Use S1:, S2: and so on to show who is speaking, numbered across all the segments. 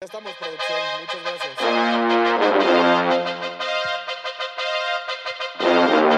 S1: Ya estamos, producción. Muchas gracias. ¿Listo, Steve?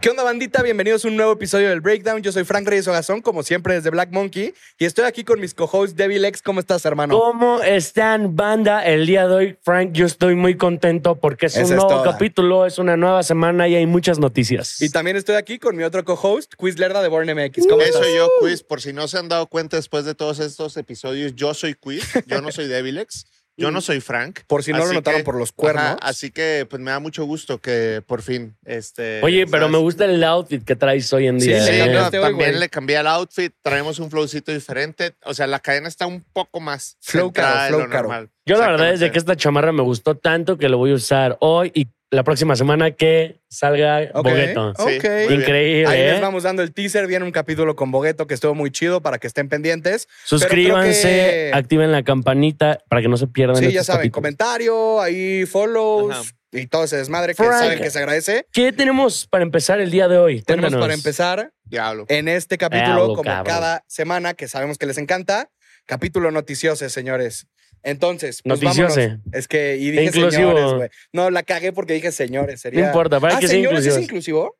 S1: ¿Qué onda, bandita? Bienvenidos a un nuevo episodio del Breakdown. Yo soy Frank Reyes Ogazón, como siempre, desde Black Monkey. Y estoy aquí con mis co-hosts, Devil X. ¿Cómo estás, hermano?
S2: ¿Cómo están, banda? El día de hoy, Frank, yo estoy muy contento porque es
S1: Esa
S2: un
S1: es
S2: nuevo
S1: toda.
S2: capítulo, es una nueva semana y hay muchas noticias.
S1: Y también estoy aquí con mi otro co-host, Quiz Lerda de Born MX. ¿Cómo
S3: Uh, Eso
S1: estás?
S3: yo, Quiz. Por si no se han dado cuenta después de todos estos episodios, yo soy Quiz, yo no soy Devilex, yo no soy Frank.
S1: Por si no lo
S3: Así
S1: notaron
S3: que-
S1: por los cuernos.
S3: Ajá, así que pues me da mucho gusto que por fin este
S2: Oye, pero
S3: ¿sabes?
S2: me gusta el outfit que traes hoy en
S1: Sí,
S2: día.
S3: Sí,
S1: le
S2: ¿eh?
S3: no,
S1: cambiaste hoy,
S3: también
S1: güey.
S3: le cambié el outfit, traemos un flowcito diferente, o sea, la cadena está un poco más
S1: Flow caro,
S3: centrada en
S1: flow
S3: lo
S1: caro.
S3: normal.
S2: Yo la verdad es de
S3: Exactamente.
S2: que esta chamarra me gustó tanto que lo voy a usar hoy y la próxima semana que salga
S1: Ok,
S2: Bogueto.
S1: ok.
S3: Sí, muy bien.
S2: Increíble,
S1: Ahí les
S2: ¿eh?
S1: vamos dando el teaser. Viene un capítulo con Bogueto que estuvo muy chido para que estén pendientes.
S2: Suscríbanse,
S1: Pero creo que-
S2: activen la campanita para que no se pierdan
S1: Sí, ya
S2: estos
S1: saben,
S2: capítulos.
S1: comentario, ahí follows
S3: Ajá.
S1: y todo ese desmadre que
S2: Frank.
S1: saben que se agradece.
S2: ¿Qué tenemos para empezar el día de hoy?
S1: Tenemos
S2: Cuéntanos.
S1: para empezar
S3: Diablo.
S1: en este capítulo,
S2: Diablo,
S1: como
S2: Ah, cabrón.
S1: cada semana, que sabemos que les encanta, capítulo noticioso, señores. Entonces, pues
S2: Noticioso.
S1: vámonos. Es que, y dije
S2: Inclusivo.
S1: señores, güey. No, la cagué porque dije señores. Sería...
S2: No importa, para
S1: Ah,
S2: que sea
S1: señores es
S2: inclusivos.
S1: inclusivo.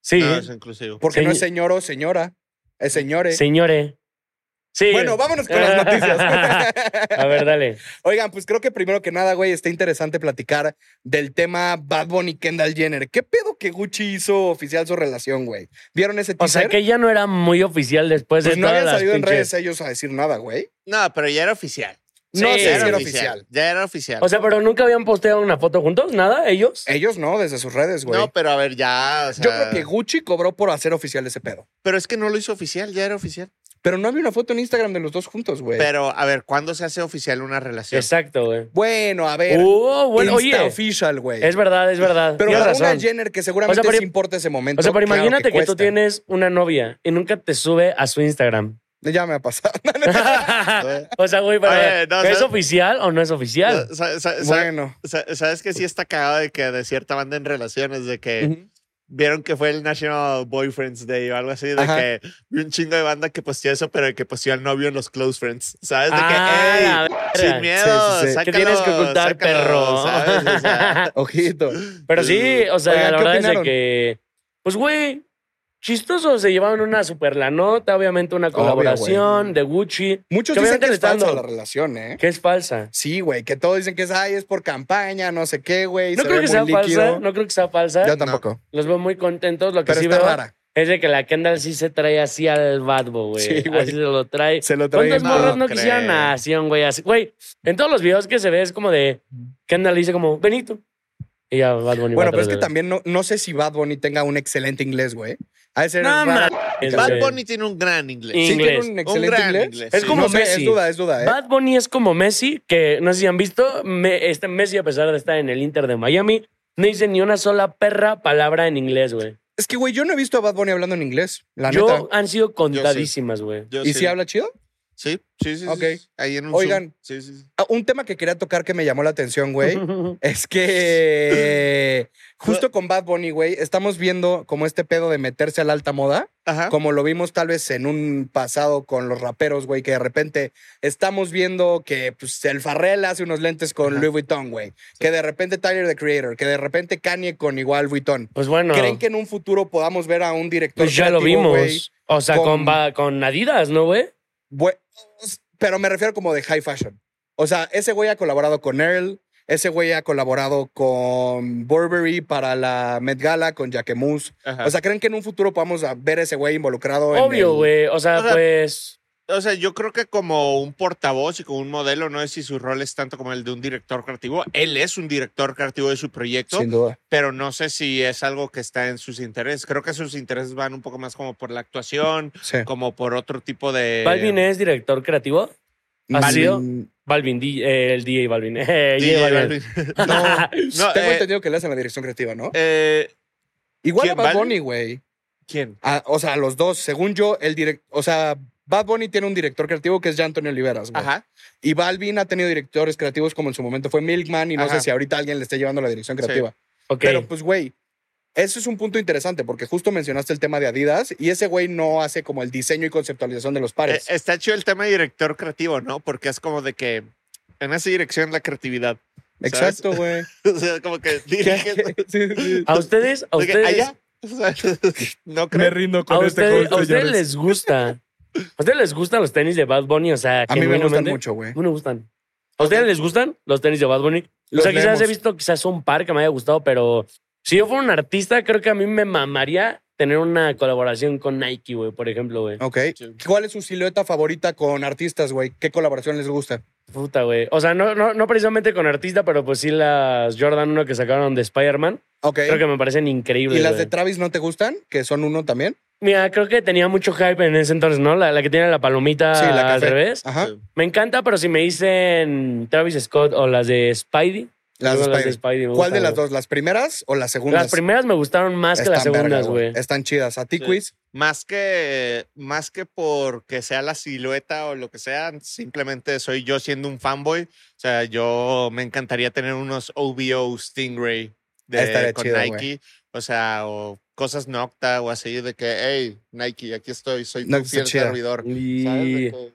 S2: Sí,
S1: eh.
S3: No, es inclusivo.
S1: Porque no
S2: Señ-
S1: es señor o señora, es señores.
S2: señores. Sí.
S1: Bueno, vámonos con las noticias.
S2: A ver, dale.
S1: Oigan, pues creo que primero que nada, güey, está interesante platicar del tema Bad Bunny Kendall Jenner. ¿Qué pedo que Gucci hizo oficial su relación, güey? ¿Vieron ese
S2: O
S1: teaser?
S2: sea que ya no era muy oficial después
S1: pues
S2: de
S1: no
S2: todas
S1: habían
S2: las
S1: salido en
S2: pinches-
S1: redes ellos a decir nada, güey.
S3: No, pero ya era oficial.
S1: No
S2: Sí,
S1: sé si
S3: ya
S2: era
S1: era oficial.
S3: Ya era
S1: eh.
S3: oficial.
S2: O sea, pero nunca habían posteado una foto juntos, nada, ellos.
S1: Ellos no, desde sus redes, güey.
S3: no, pero a ver, ya, o sea,
S1: Yo creo que Gucci cobró por hacer oficial ese pedo.
S3: pero es que no lo hizo oficial, ya era oficial.
S1: Pero no había una foto en Instagram de los dos juntos, güey.
S3: Pero, a ver, ¿cuándo se hace oficial una relación?
S2: Exacto, güey.
S1: Bueno, a ver.
S2: Oh, bueno,
S1: Insta
S2: oye.
S1: official, güey.
S2: Es verdad, es verdad.
S1: Pero
S2: Tienes
S1: para
S2: razón.
S1: una Jenner que seguramente
S2: O sea, pero-
S1: sí importa ese momento.
S2: O sea, pero
S1: claro que
S2: imagínate que, tú
S1: cuesta.
S2: tienes una novia y nunca te sube a su Instagram.
S1: Ya me ha pasado.
S2: o sea, güey, pero
S3: Oye, no,
S2: ¿es
S3: ¿sabes?
S2: oficial o no es oficial?
S3: Sa- sa- sa-
S1: bueno.
S3: sa- ¿Sabes que sí está cagado de que de cierta banda en relaciones, de que
S2: Ujú.
S3: vieron que fue el National Boyfriends Day o algo así, de
S1: Ajá.
S3: que vi un chingo de banda que posteó eso, pero de que posteó al novio en los close friends, ¿sabes? De
S2: Ah,
S3: que,
S2: la
S3: "Ey,
S2: verga.
S3: sin miedo,
S1: Sí, sí, sí.
S3: sácalo,
S2: ¿Qué tienes que ocultar,
S3: sácalo",
S2: perro?
S3: ¿sabes? O sea,
S1: Ojito.
S2: Pero sí, o sea,
S1: Oigan,
S2: la
S1: ¿qué
S2: verdad es de
S1: opinaron?
S2: que, pues, güey, chistoso. Se llevaban una super la nota, obviamente una colaboración de Gucci.
S1: Muchos
S2: Que
S1: dicen
S2: obviamente
S1: que
S2: le
S1: es
S2: están
S1: falsa la
S2: dando-
S1: relación, ¿eh?
S2: Que es falsa.
S1: Sí, güey, que todos dicen que es, ay, es por campaña, no sé qué, güey.
S2: No
S1: se
S2: creo
S1: ve
S2: que sea
S1: muy líquido.
S2: falsa, ¿eh? no creo que sea falsa.
S1: Yo tampoco.
S2: Los veo muy contentos. Lo que
S1: Pero
S2: sí
S1: está
S2: veo
S1: rara.
S2: es de que la Kendall sí se trae así al Badbo, güey.
S1: Sí, güey.
S2: así se lo trae.
S1: Se lo trae.
S2: ¿Cuántas
S3: No
S2: morras no
S3: creo.
S2: quisieran nación, güey? Así, güey, en todos los videos que se ve es como de Kendall dice como, Benito. Y ya Bad Bunny
S1: Bueno,
S2: va
S1: pero es
S2: atrás
S1: que
S2: de-
S1: también no, no sé si Bad Bunny tenga un excelente inglés, güey. A veces
S2: No,
S1: rara.
S2: mames,
S3: Bad
S2: güey.
S3: Bunny tiene un gran inglés.
S2: Y-
S1: Sí, tiene
S2: Inglés.
S1: un
S2: Un
S1: excelente
S3: gran
S1: inglés.
S3: inglés,
S2: Es sí. como
S1: no sé,
S2: Messi.
S1: Es duda, es duda, ¿eh?
S2: Bad Bunny es como Messi, que no sé si han visto, me- este Messi, a pesar de estar en el Inter de Miami, no dice ni una sola perra palabra en inglés, güey.
S1: Es que, güey, yo no he visto a Bad Bunny hablando en inglés, la
S2: Yo
S1: neta.
S2: han sido contadísimas, güey.
S3: Yo
S1: ¿Y
S3: sí.
S1: si habla chido?
S3: Sí, sí, sí, sí.
S1: Ok.
S3: Ahí en un
S1: Oigan.
S3: Zoom. Sí, sí, sí.
S1: Ah, un tema que quería tocar que me llamó la atención, güey. Es que justo con Bad Bunny, güey, estamos viendo como este pedo de meterse a la alta moda,
S3: Ajá.
S1: como lo vimos tal vez en un pasado con los raperos, güey, que de repente estamos viendo que pues, el Farrell hace unos lentes con
S3: Ajá.
S1: Louis Vuitton, güey, que de repente Tyler the Creator, que de repente Kanye con igual Vuitton.
S2: Pues bueno,
S1: ¿Creen que en un futuro podamos ver a un director?
S2: pues ya lo
S1: creativo,
S2: vimos.
S1: güey?
S2: o sea, con,
S1: con-
S2: ba- con Adidas, ¿no, güey?
S1: Bue- pero me refiero como de high fashion. O sea, ese güey ha colaborado con Earl, ese güey ha colaborado con Burberry para la Met Gala, con Jacquemus.
S3: Ajá.
S1: O sea, ¿creen que en un futuro podamos a ver ese güey involucrado en
S2: Obvio,
S1: el-
S2: güey. O sea,
S3: O sea,
S2: pues...
S3: O sea, yo creo que como un portavoz y como un modelo, no sé si su rol es tanto como el de un director creativo. Él es un director creativo de su proyecto,
S1: Sin duda.
S3: pero no sé si es algo que está en sus intereses. Creo que sus intereses van un poco más como por la actuación,
S1: Sí.
S3: como por otro tipo de...
S1: eh,
S2: ¿Balvin eh, es director creativo? ¿Ha
S1: Mm,
S2: sido? Balvin, D- eh, el DJ Balvin. Eh,
S3: DJ
S2: J Balvin.
S3: Balvin.
S1: No,
S3: No,
S1: tengo
S3: eh,
S1: entendido que le hacen la dirección creativa, ¿no?
S3: eh,
S1: Igual a
S3: ¿quién,
S1: Bad
S3: Val?
S1: Bunny, güey.
S3: ¿Quién?
S1: A- O sea, a los dos. Según yo, el director... O sea, Bad Bunny tiene un director creativo que es ya Antonio Oliveras, güey.
S3: Ajá. eh,
S1: Y Balvin ha tenido directores creativos como en su momento fue Milkman y no
S3: Ajá.
S1: sé si ahorita alguien le esté llevando la dirección creativa.
S2: Ok.
S1: Pero pues, güey, Eso es un punto interesante porque justo mencionaste el tema de Adidas y ese güey no hace como el diseño y conceptualización de los pares.
S3: Eh, Está chido el tema de director creativo, ¿no? Porque es como de que en esa dirección la creatividad. eh, ¿sabes?
S1: Exacto, güey.
S3: O sea, como que diriges.
S1: Sí, sí.
S2: A ustedes, a
S3: de que
S2: ustedes,
S3: allá. O sea, no
S4: Me
S3: creo.
S4: rindo
S2: a
S4: con este
S2: ustedes- a
S4: coach,
S2: ustedes
S4: señores.
S2: les gusta. ¿A ustedes les gustan los tenis de Bad Bunny? O sea,
S1: A mí me gustan
S2: genuinamente,
S1: mucho, güey.
S2: a mí me gustan. ¿A ustedes les gustan los tenis de Bad Bunny? O sea,
S1: Los
S2: quizás
S1: leemos.
S2: he visto quizás un par que me haya gustado, pero si yo fuera un artista, creo que a mí me mamaría tener una colaboración con Nike, güey, por ejemplo, güey.
S1: Ok.
S3: Sí.
S1: ¿Cuál es su silueta favorita con artistas, güey? ¿Qué colaboración les gusta?
S2: Puta, güey. O sea, no, no, no precisamente con artista, pero pues sí las Jordan 1 que sacaron de Spider-Man.
S1: Ok.
S2: Creo que me parecen
S1: ¿Y
S2: increíbles.
S1: las
S2: güey.
S1: de Travis no te gustan? Que son uno también.
S2: Mira, creo que tenía mucho hype en ese entonces, ¿no? La, la que tiene la palomita
S1: Sí, la
S2: al
S1: café.
S2: revés.
S1: Ajá.
S3: Sí.
S2: Me encanta, pero si me dicen Travis Scott o las de Spidey.
S1: Las de
S2: digo,
S1: Spider.
S2: Spidey me
S1: ¿Cuál de
S2: gustan,
S1: las
S2: güey.
S1: dos? ¿Las primeras o las segundas?
S2: Las primeras me gustaron más que las
S1: Están verga,
S2: segundas, güey.
S1: Están chidas. ¿A ti,
S3: Sí.
S1: Quiz?
S3: Más que, más que porque sea la silueta o lo que sea, simplemente soy yo siendo un fanboy. O sea, yo me encantaría tener unos OBO Stingray de,
S1: Ah, Estaría
S3: con
S1: chido, güey.
S3: Nike. O sea, o cosas Nocta o así de que, hey, Nike, aquí estoy, soy no,
S1: No, está
S3: tu fiel
S1: chida.
S3: servidor. ¿Sabes? De
S2: Y...
S3: que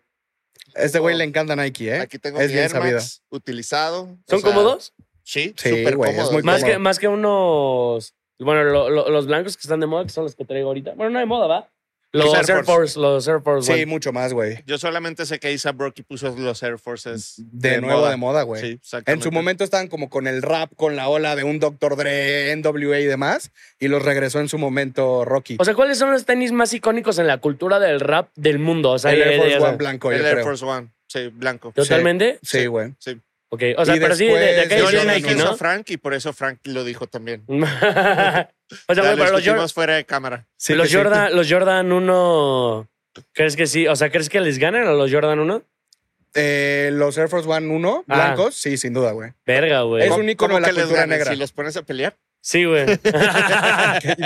S1: Este güey
S3: No.
S1: le encanta Nike, ¿eh?
S3: Aquí tengo
S1: es
S3: mi
S1: bien
S3: Air
S1: sabido.
S3: Max utilizado. O
S2: ¿Son
S3: sea,
S2: cómodos?
S3: Sí,
S1: Sí,
S3: súper
S1: güey, es
S3: cómodos.
S1: muy
S2: Más
S1: cómodo.
S2: que, más que unos... Bueno, lo- lo- los blancos que están de moda, que son los que traigo ahorita. Bueno, no de moda, ¿va? Los
S3: Air
S2: Air,
S3: Force.
S2: Force. los Air Force.
S1: Sí,
S2: One.
S1: mucho más, güey.
S3: Yo solamente sé que Isa Brocky puso los Air Forces
S1: De, nuevo de moda, güey.
S3: Sí,
S1: En su
S3: exactamente.
S1: momento estaban como con el rap, con la ola de un Dr. Dre, NWA y demás, y los regresó en su momento Rocky.
S2: O sea, ¿cuáles son los tenis más icónicos en la cultura del rap del mundo? O sea,
S1: el
S2: ya-
S1: Air
S2: ya-
S1: Force
S2: ya-
S1: One blanco,
S3: El
S1: yo
S3: Air
S1: creo.
S3: Force One, sí, blanco.
S2: ¿Totalmente?
S1: Sí, güey.
S2: Ok, o sea,
S1: Y
S2: pero sí, de, de
S1: después-
S3: Yo
S2: aquellos
S1: Yo
S2: de
S3: le
S1: no
S2: Nike,
S3: dije
S2: ¿no?
S3: eso a Frank y por eso Frank lo dijo también.
S2: o sea,
S3: Ya
S2: Pues, güey,
S3: lo
S2: pero los, Jor-
S3: discutimos fuera de cámara.
S1: Sí
S2: los
S1: que sí.
S2: Jordan, los Jordan 1, ¿crees que sí? O sea, ¿crees que les ganan a los Jordan 1?
S1: Eh, los Air Force One 1,
S2: Ah.
S1: blancos, sí, sin duda, güey.
S2: Verga, güey.
S1: Es un
S3: ¿Cómo-
S1: ícono de
S3: cómo
S1: la
S3: que les
S1: cultura
S3: ganan?
S1: negra.
S3: Si los pones a pelear.
S2: Sí, güey.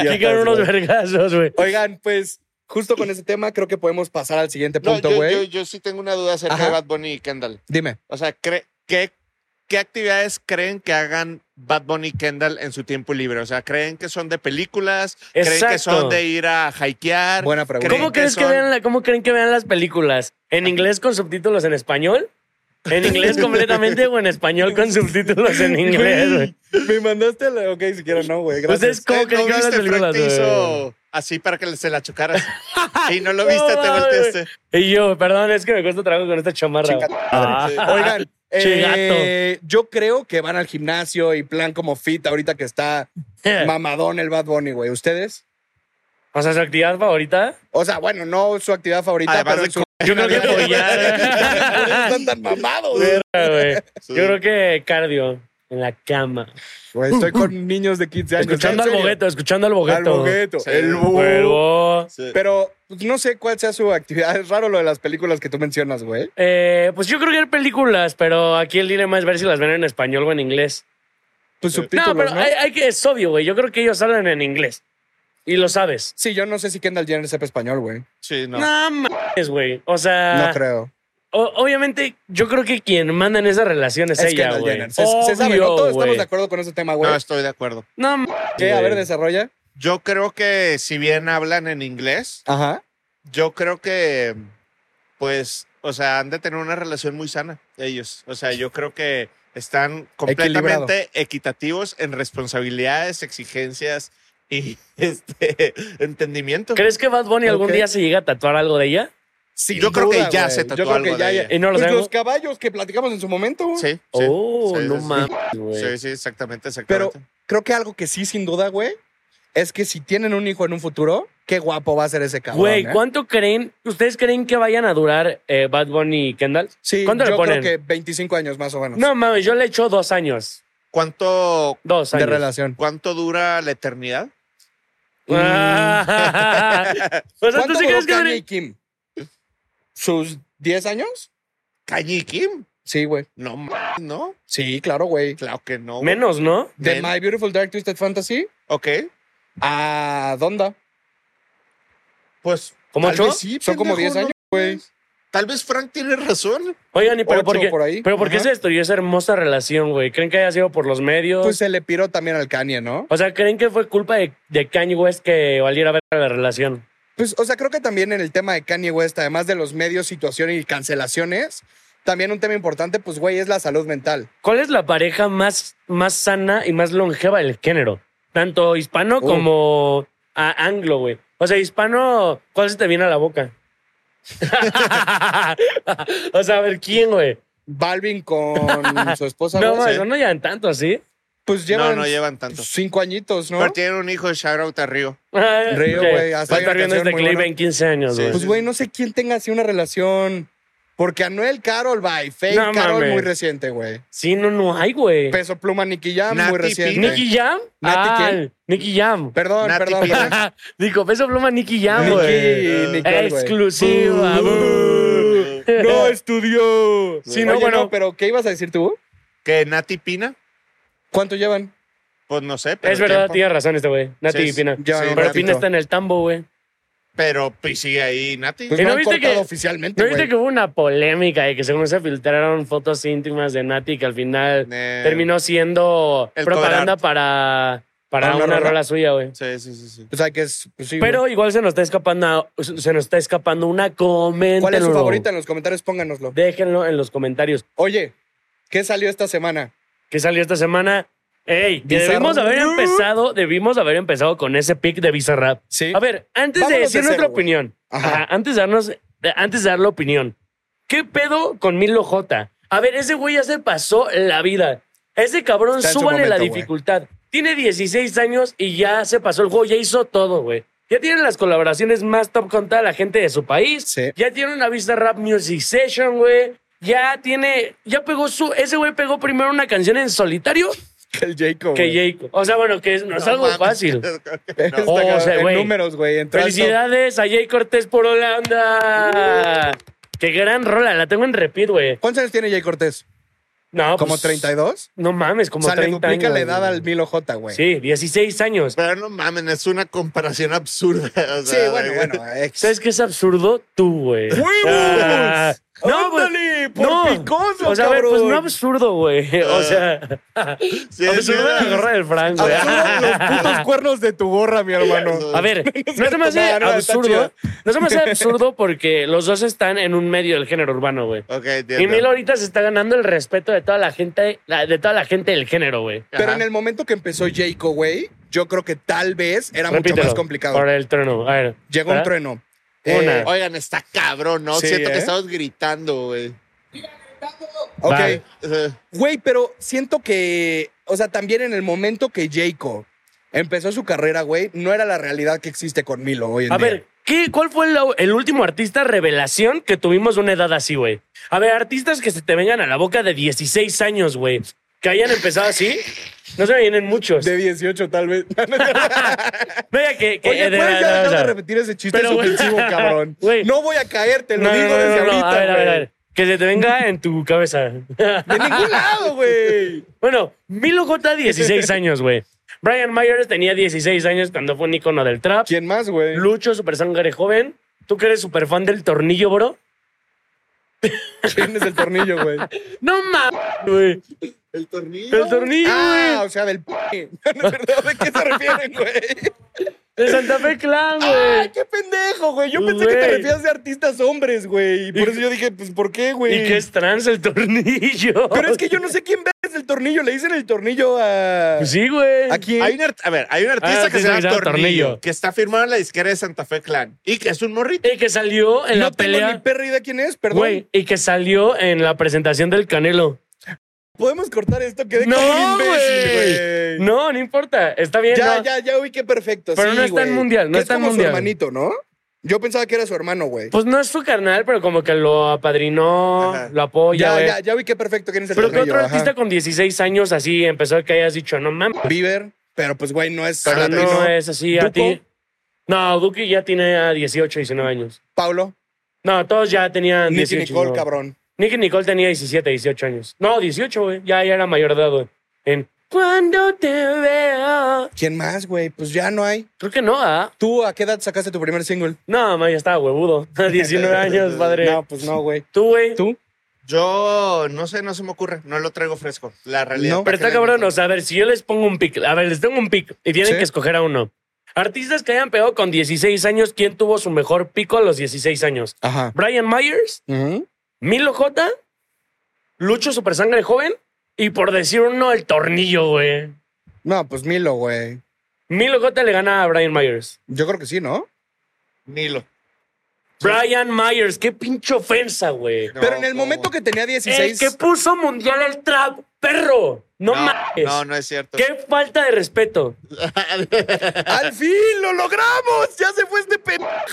S2: Quican
S1: idiotas,
S2: unos
S1: güey.
S2: vergazos, güey.
S1: Oigan, pues justo con ese tema creo que podemos pasar al siguiente
S3: No,
S1: punto,
S3: yo-
S1: güey.
S3: yo, yo sí tengo una duda acerca
S1: Ajá.
S3: de Bad Bunny y Kendall.
S1: Dime.
S3: O sea, cre- ¿qué, ¿qué actividades creen que hagan Bad Bunny y Kendall en su tiempo libre? O sea, ¿creen que son de películas? ¿Creen que
S2: Exacto.
S3: son de ir a hikear?
S1: Buena pregunta.
S3: ¿creen
S2: ¿Cómo,
S3: que
S2: crees que
S3: son-
S2: vean la- ¿Cómo creen que vean las películas? ¿En inglés con subtítulos en español? ¿En inglés completamente o en español con subtítulos en inglés, güey? Pues
S1: Me mandaste la. Ok, siquiera no, güey. Gracias.
S2: Ustedes, ¿cómo
S3: ¿Ustedes
S2: creen
S3: Eh, no viste
S2: que vean las
S3: Frank
S2: películas,
S3: te
S2: güey?
S3: hizo así para que se la chocaras? y no lo
S2: No
S3: viste, te
S2: mames.
S3: volteaste.
S2: Y yo, perdón, es que me cuesta trabajo con esta chamarra.
S1: Chinga
S2: güey.
S1: tu
S2: Ah.
S1: Oigan,
S2: Che,
S1: eh, yo creo que van al gimnasio y plan como fit ahorita que está
S2: Eh.
S1: mamadón el Bad Bunny, güey. ¿Ustedes?
S2: O sea, su actividad favorita.
S1: O sea, bueno, no su actividad favorita,
S3: Además
S1: pero
S3: de
S1: su...
S2: Yo creo que
S1: Por eso
S2: follar.
S1: están tan mamados, güey.
S2: Güey,
S3: Sí.
S2: Yo creo que cardio en la cama.
S1: Güey, Estoy con niños de 15 años. ¿en
S2: Escuchando al
S1: serio?
S2: bogueto, escuchando al bogueto.
S1: Al bogueto.
S3: Sí.
S1: El bo-
S2: Güey, el bo-
S3: Sí.
S1: Pero pues, no sé cuál sea su actividad. Es raro lo de las películas que tú mencionas, güey.
S2: Eh, pues yo creo que hay películas, pero aquí el dilema es ver si las ven en español o en inglés.
S1: Tus
S2: No,
S1: subtítulos,
S2: pero
S1: ¿no?
S2: Hay, hay que, es obvio, güey. Yo creo que ellos hablan en inglés. Y lo sabes.
S1: Sí, yo no sé si Kendall Jenner sepa español, güey.
S3: Sí, no.
S2: No, mames, güey. O sea,
S1: No creo.
S2: o- obviamente, yo creo que quien manda en esa relación es,
S1: Es
S2: pues ella,
S1: Kendall
S2: güey.
S1: Jenner. Se, se sabe, ¿no?
S2: Obvio,
S1: Todos estamos
S2: güey.
S1: de acuerdo con ese tema, güey.
S3: No estoy de acuerdo.
S2: No mames,
S1: ¿Qué? A
S2: güey.
S1: ver, desarrolla.
S3: Pues, Yo creo que si bien hablan en inglés,
S1: Ajá.
S3: yo creo que, pues, o sea, han de tener una relación muy sana ellos. O sea, yo creo que están completamente equitativos en responsabilidades, exigencias y este entendimiento.
S2: ¿Crees que Bad Bunny algún
S1: Ok.
S2: día se llega a tatuar algo de ella?
S1: Sin
S3: Yo creo que
S1: duda,
S3: ya
S1: güey.
S3: se tatuó
S1: Yo creo
S3: algo
S1: que ya,
S3: de
S1: ya.
S3: ella.
S2: Y no lo
S1: Pues
S2: sabemos.
S1: los caballos que platicamos en su momento. güey.
S3: Sí, sí,
S2: oh,
S3: sí,
S2: no
S3: sí, sí.
S2: mames, güey.
S3: Sí, sí, exactamente,
S1: Pero
S3: exactamente.
S1: creo que algo que sí, sin duda, güey, es que si tienen un hijo en un futuro, qué guapo va a ser ese cabrón.
S2: Güey,
S1: ¿eh?
S2: ¿cuánto creen? ¿Ustedes creen que vayan a durar eh, Bad Bunny y Kendall?
S1: Sí,
S2: ¿Cuánto
S1: yo
S2: le ponen?
S1: creo que 25 años más o menos
S2: No mames, yo le echo dos años.
S3: ¿Cuánto,
S2: Dos
S1: de
S2: años.
S1: relación.
S3: ¿Cuánto dura la eternidad?
S2: Ah. o sea, ¿tú
S1: ¿Cuánto duró
S2: sí crees que
S1: Kanye y
S2: dure-
S1: Kim? ¿Sus 10 años?
S3: ¿Kanye y Kim?
S1: Sí, güey.
S3: No, ma- no.
S1: Sí, claro, güey.
S3: Claro que no. güey.
S2: Menos, ¿no?
S1: De
S3: Men-
S1: My Beautiful Dark Twisted Fantasy
S3: Ok.
S1: a Donda.
S3: Pues
S2: ¿Como
S1: Tal
S2: ocho?
S1: vez sí, son como 10 años, güey.
S3: Tal vez Frank tiene razón.
S2: Oigan, ¿y pero
S1: Ocho
S2: por qué,
S1: por ahí.
S2: ¿pero por qué
S3: Ajá.
S2: se destruyó esa hermosa relación, güey? ¿Creen que haya sido por los medios?
S1: Pues se le piró también al Kanye, ¿no?
S2: o sea, ¿creen que fue culpa de, de Kanye West que valiera ver la relación?
S1: Pues, o sea, creo que también en el tema de Kanye West, además de los medios, situaciones y cancelaciones, también un tema importante, pues, güey, es la salud mental.
S2: ¿Cuál es la pareja más, más sana y más longeva del género? Tanto hispano
S1: Uh.
S2: como a- anglo, güey. O sea, hispano, ¿cuál se te viene a la boca? o sea, a ver, ¿quién, güey?
S1: Balvin con su esposa.
S2: No,
S1: güey,
S2: mames,
S1: sí.
S2: no llevan tanto así.
S1: Pues llevan,
S3: no, no llevan tanto.
S1: cinco añitos, ¿no?
S3: Pero tienen un hijo, shout out a Río.
S1: Río,
S2: Que
S1: güey, hasta
S2: Ah, Va a
S1: hay una
S2: estar viendo
S1: canción
S2: este
S1: muy
S2: clip
S1: buena.
S2: en 15 años,
S3: Sí.
S2: güey.
S1: Pues, güey, no sé quién tenga así una relación. Porque Anuel, Carol, bye. Fake,
S2: No
S1: Carol,
S2: mames.
S1: muy reciente, güey.
S2: Sí, no, no hay, güey.
S1: Peso Pluma, Nicky Jam,
S3: Nati
S1: muy reciente.
S3: Pina.
S2: ¿Nicky Jam?
S1: ¿Nati
S2: Ah,
S1: quién?
S2: Nicky Jam.
S1: Perdón,
S3: Nati
S1: perdón.
S3: Pina.
S1: perdón.
S2: Dijo, peso pluma Nicky Jam,
S1: Nicky
S2: Ah, güey.
S1: y Nicole, güey.
S2: Exclusiva.
S3: Bú.
S2: bú.
S1: No estudió.
S2: Sí, no,
S1: Oye,
S2: bueno.
S1: no, pero ¿qué ibas a decir tú?
S3: Que Nati Pina,
S1: ¿Cuánto llevan?
S3: pues no sé. Pero
S2: Es verdad,
S3: tiempo.
S2: tiene razón este güey. Nati
S3: Sí,
S2: y Pina.
S3: sí,
S1: Ya,
S3: sí,
S2: Pero
S1: ratito.
S2: Pina está en el tambo, güey.
S3: Pero pues, sigue ahí Nati.
S1: Pues
S2: ¿Y
S1: no,
S2: Eh, no
S1: han
S2: viste
S1: cortado
S2: que-
S1: oficialmente,
S2: ¿No viste
S1: güey.
S2: que hubo una polémica de que según se filtraron fotos íntimas de Nati que al final
S3: Eh,
S2: terminó siendo
S3: el
S2: propaganda para, para
S1: ¿Para una
S2: una
S1: rola?
S2: rola suya, güey?
S3: Sí, sí, sí. sí.
S1: O sea, que es... pues sí,
S2: Pero igual se nos está escapando, se nos está escapando una
S1: güey.
S2: comenta.
S1: ¿Cuál es su favorita? En los comentarios pónganoslo.
S2: Déjenlo en los comentarios.
S1: Oye, ¿qué salió esta semana?
S2: ¿Qué salió esta semana? Ey, que
S1: Bizarrap.
S2: debimos haber empezado, debimos haber empezado con ese pick de Bizarrap.
S1: Sí.
S2: A ver, antes
S1: Vámonos
S2: de
S1: de
S2: decir
S1: cero,
S2: nuestra
S1: güey.
S2: opinión,
S1: Ajá.
S2: ajá, antes de darnos, de- antes de dar la opinión, ¿qué pedo con Milo J? A ver, ese güey ya se pasó la vida. Ese cabrón,
S1: Está en su
S2: súbale la
S1: momento, güey.
S2: dificultad. Tiene 16 años y ya se pasó el juego, ya hizo todo, güey. Ya tiene las colaboraciones más top con toda la gente de su país.
S1: Sí.
S2: Ya tiene una vista rap music session, güey. Ya tiene, ya pegó su, ese güey pegó primero una canción en solitario
S1: Que el Jacob.
S2: que
S1: güey.
S2: Jake. O sea, bueno, que es- no es
S3: No
S2: algo
S3: mames.
S2: fácil.
S1: Está
S2: Oh,
S1: cabrón,
S2: o sea,
S1: en
S2: güey.
S1: números, güey. en tracto.
S2: Felicidades a Jay Cortés por
S1: Uh.
S2: Holanda. Qué gran rola, la tengo en repeat, güey.
S1: ¿Cuántos años tiene Jay Cortés?
S2: No,
S1: ¿Como
S2: pues,
S1: 32?
S2: No mames, como
S1: o sea, le
S2: 30
S1: duplica
S2: años,
S1: la edad
S2: güey.
S1: al Milo J, güey.
S2: Sí, 16 años.
S3: Pero no mames, es una comparación absurda. o
S1: Sí,
S3: sea,
S1: bueno,
S3: de-
S1: bueno. ex.
S2: ¿Sabes qué es absurdo? Tú, güey. Ah, no, pues,
S1: ¡Ándale!
S2: no.
S1: picoso,
S2: O sea, a ver, pues
S1: cabrón. Eh,
S2: no absurdo, güey. O sea,
S3: Sí,
S2: absurdo
S3: sí,
S2: la gorra del Frank, güey.
S1: Absurdo los putos cuernos de tu gorra, mi hermano.
S2: A ver, no se me hace
S1: No, no, está
S2: absurdo.
S1: chido.
S2: No se me hace absurdo porque los dos están en un medio del género urbano, güey.
S3: Ok,
S2: Y Milo
S3: entiendo.
S2: ahorita se está ganando el respeto de toda la gente, la- de toda la gente del género, güey.
S1: Pero
S3: Ajá.
S1: en el momento que empezó Jayco, güey, yo creo que tal vez era mucho
S2: Repítelo,
S1: más complicado.
S2: Por ¿Eh? el trueno. A ver.
S1: Llegó un
S2: ¿verdad?
S1: trueno.
S2: Una.
S1: Eh,
S3: Oigan, está cabrón, ¿no?
S1: Sí,
S3: Siento
S1: ¿eh?
S3: que estamos gritando, güey.
S1: ok.
S2: Vale.
S3: Eh,
S1: Güey, pero siento que, o sea, también en el momento que Jayco empezó su carrera, güey, no era la realidad que existe con Milo hoy en
S2: A
S1: día.
S2: ver, ¿qué, ¿cuál fue el, el último artista revelación que tuvimos una edad así, güey? A ver, artistas que se te vengan a la boca de 16 años, güey. Que hayan empezado así, no se me vienen muchos.
S1: De 18, tal vez.
S2: Eh, No, ya que, que-
S1: Oye,
S2: de-
S1: ¿puedes ya
S2: de-
S1: dejar
S2: de-
S1: de repetir ese chiste
S2: Pero, güey.
S1: subversivo, cabrón?
S2: Güey.
S1: No voy a caer, te lo
S2: No, no,
S1: digo
S2: no, no,
S1: desde
S2: no,
S1: ahorita,
S2: a ver, a ver, a
S1: güey.
S2: ver. Que se te venga en tu cabeza.
S1: De ningún lado, güey.
S2: Bueno, Milo J, 16 años, güey. Brian Myers tenía 16 años cuando fue un icono del trap.
S1: ¿Quién más, güey?
S2: Lucho, super sangre joven. ¿Tú que eres super fan del tornillo, bro?
S1: ¿Quién es el tornillo, güey?
S2: No mames, güey.
S3: El tornillo.
S2: El tornillo,
S1: Ah,
S2: güey.
S1: o sea, del p. No es verdad, ¿de qué se refieren, güey?
S2: El Santa Fe Clan,
S1: ¡Ay,
S2: güey.
S1: qué pendejo, güey! Yo pensé que te
S2: Güey.
S1: referías de artistas hombres, güey. Y por
S2: Y-
S1: eso yo dije, pues, ¿por qué, güey?
S2: Y que es trans el tornillo.
S1: Pero es que yo no sé quién ve es el tornillo. Le dicen el tornillo a...
S2: Pues Sí, güey.
S1: ¿A quién?
S3: Hay un art- a ver, hay un artista
S2: Ah,
S3: que se
S2: artista
S3: llama
S2: que se llama
S3: tornillo,
S2: Tornillo.
S3: que está firmado en la disquera de Santa Fe Clan y que es un morrito.
S2: Y que salió en
S1: no
S2: la
S1: tengo ni
S2: pelea.
S1: perra idea quién es, perdón.
S2: Güey, y que salió en la presentación del Canelo.
S1: ¿Podemos cortar esto? Quedé
S2: No,
S1: como un
S2: güey.
S1: imbécil, güey.
S2: No, no importa. Está bien.
S1: Ya,
S2: no.
S1: ya, ya ubiqué perfecto.
S2: Pero
S1: sí,
S2: no está en
S1: güey.
S2: mundial, no
S1: Que
S2: está
S1: es
S2: en
S1: como
S2: mundial.
S1: su hermanito, ¿no? Yo pensaba que era su hermano, güey.
S2: Pues no es su carnal, pero como que lo apadrinó,
S3: Ajá.
S2: lo apoya.
S1: ya,
S2: güey.
S1: ya, ya ubiqué perfecto quién es el
S2: oh, Pero que
S1: tornillo.
S2: otro
S1: ajá.
S2: artista con 16 años así empezó que hayas dicho, no mames.
S1: Bieber, pero pues, güey, no es...
S2: Pero
S1: latino.
S2: no es así a
S1: ¿Duco?
S2: ti. No, Duki ya tenía 18, 19 años.
S1: Paulo,
S2: No, todos ya tenían
S1: Nicky
S2: 18.
S1: Nicole,
S2: no.
S1: cabrón.
S2: Nicky Nicole tenía 17, 18 años. No, 18, güey. Ya, ya era mayor de edad, güey. En Cuando te veo.
S1: ¿Quién más, güey? Pues ya no hay.
S2: Creo que no, ¿ah?
S1: ¿Tú a qué edad sacaste tu primer single?
S2: No, ma, ya estaba huevudo. 19 años, padre.
S1: No, pues no, güey.
S2: Tú, güey.
S1: ¿Tú?
S3: Yo no sé, no se me ocurre. No lo traigo fresco. La realidad.
S1: No,
S2: Pero está cabrón, o sea, a ver, si yo les pongo un pick, a ver, les tengo un pick y tienen
S1: Sí.
S2: que escoger a uno. Artistas que hayan pegado con 16 años, ¿quién tuvo su mejor pico a los 16 años?
S1: Ajá.
S2: Brian Myers,
S1: Ujú.
S2: Milo J, Lucho Supersangre Joven y por decir uno, el tornillo, güey.
S1: No, pues Milo, güey.
S2: Milo J le gana a Brian Myers.
S1: Yo creo que sí, ¿no?
S3: Nilo.
S2: Brian Myers, qué pinche ofensa, güey.
S3: No,
S1: Pero en el
S3: ¿cómo?
S1: momento que tenía
S2: El
S1: 16.
S2: que puso mundial el trap, perro. No,
S3: No,
S2: mames.
S3: no, no es cierto.
S2: Qué falta de respeto.
S1: ¡Al fin! ¡Lo logramos! ¡Ya se fue este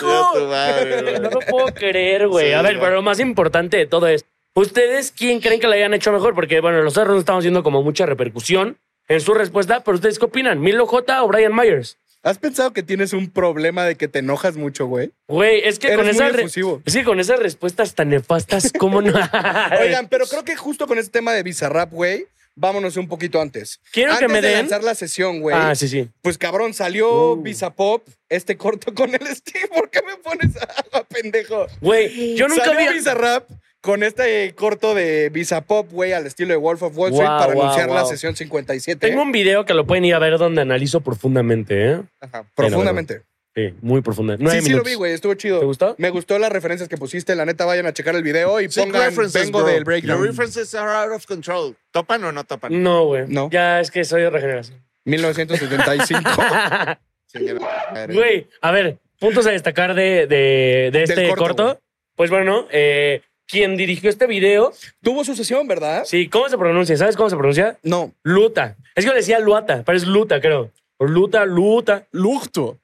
S3: Yo tu
S1: pendejo!
S3: madre, güey.
S2: No lo puedo creer, güey.
S3: Sí,
S2: a ver,
S3: güey.
S2: pero lo más importante de todo es, ¿ustedes quién creen que la hayan hecho mejor? Porque, bueno, los otros no estamos viendo como mucha repercusión en su respuesta, pero ¿ustedes qué opinan? ¿Milo J o Brian Myers?
S1: ¿Has pensado que tienes un problema de que te enojas mucho, güey?
S2: Güey, es que
S1: Eres
S2: con
S1: muy
S2: esas re-
S1: efusivo.
S2: es que con esas respuestas tan nefastas, ¿cómo no?
S1: Oigan, pero creo que justo con este tema de Bizarrap, güey, vámonos un poquito antes.
S2: Quiero que
S1: antes
S2: me
S1: de
S2: den-
S1: lanzar la sesión, güey.
S2: Ah, sí, sí.
S1: Pues cabrón, salió
S2: Uh.
S1: Bizapop este corto con el Steve. ¿Por qué me pones a pendejo?
S2: Güey, yo nunca
S1: salió
S2: había...
S1: Bizarrap con este corto de Bizapop, güey, al estilo de Wolf of Wall Street
S2: Wow,
S1: para
S2: wow,
S1: anunciar la
S2: wow.
S1: sesión 57.
S2: Tengo un video que lo pueden ir a ver donde analizo profundamente, ¿eh?
S1: Ajá, profundamente.
S2: Sí, muy profundamente. Nueve
S1: Sí, sí lo
S2: minutos.
S1: vi, güey. Estuvo chido.
S2: ¿Te gustó?
S1: Me gustó las referencias que pusiste. La neta, vayan a checar el video y
S3: Sí,
S1: pongan
S3: references,
S1: vengo
S3: bro.
S1: del
S3: Your
S1: breakdown.
S3: references are out of control. ¿Topan o no topan?
S2: No, güey.
S1: No.
S2: Ya es que soy de regeneración.
S1: 1975.
S3: Chingada madre.
S2: Güey, a ver, puntos a destacar de, de, de este
S1: corto,
S2: corto.
S1: güey.
S2: Pues bueno, eh, quien dirigió este video,
S1: Tuvo sucesión, ¿verdad?
S2: sí, ¿cómo se pronuncia? ¿Sabes cómo se pronuncia?
S1: No.
S2: Luta. Es que yo le decía Luata, pero es Luta, creo. O Luta, Luta.
S1: Lucto.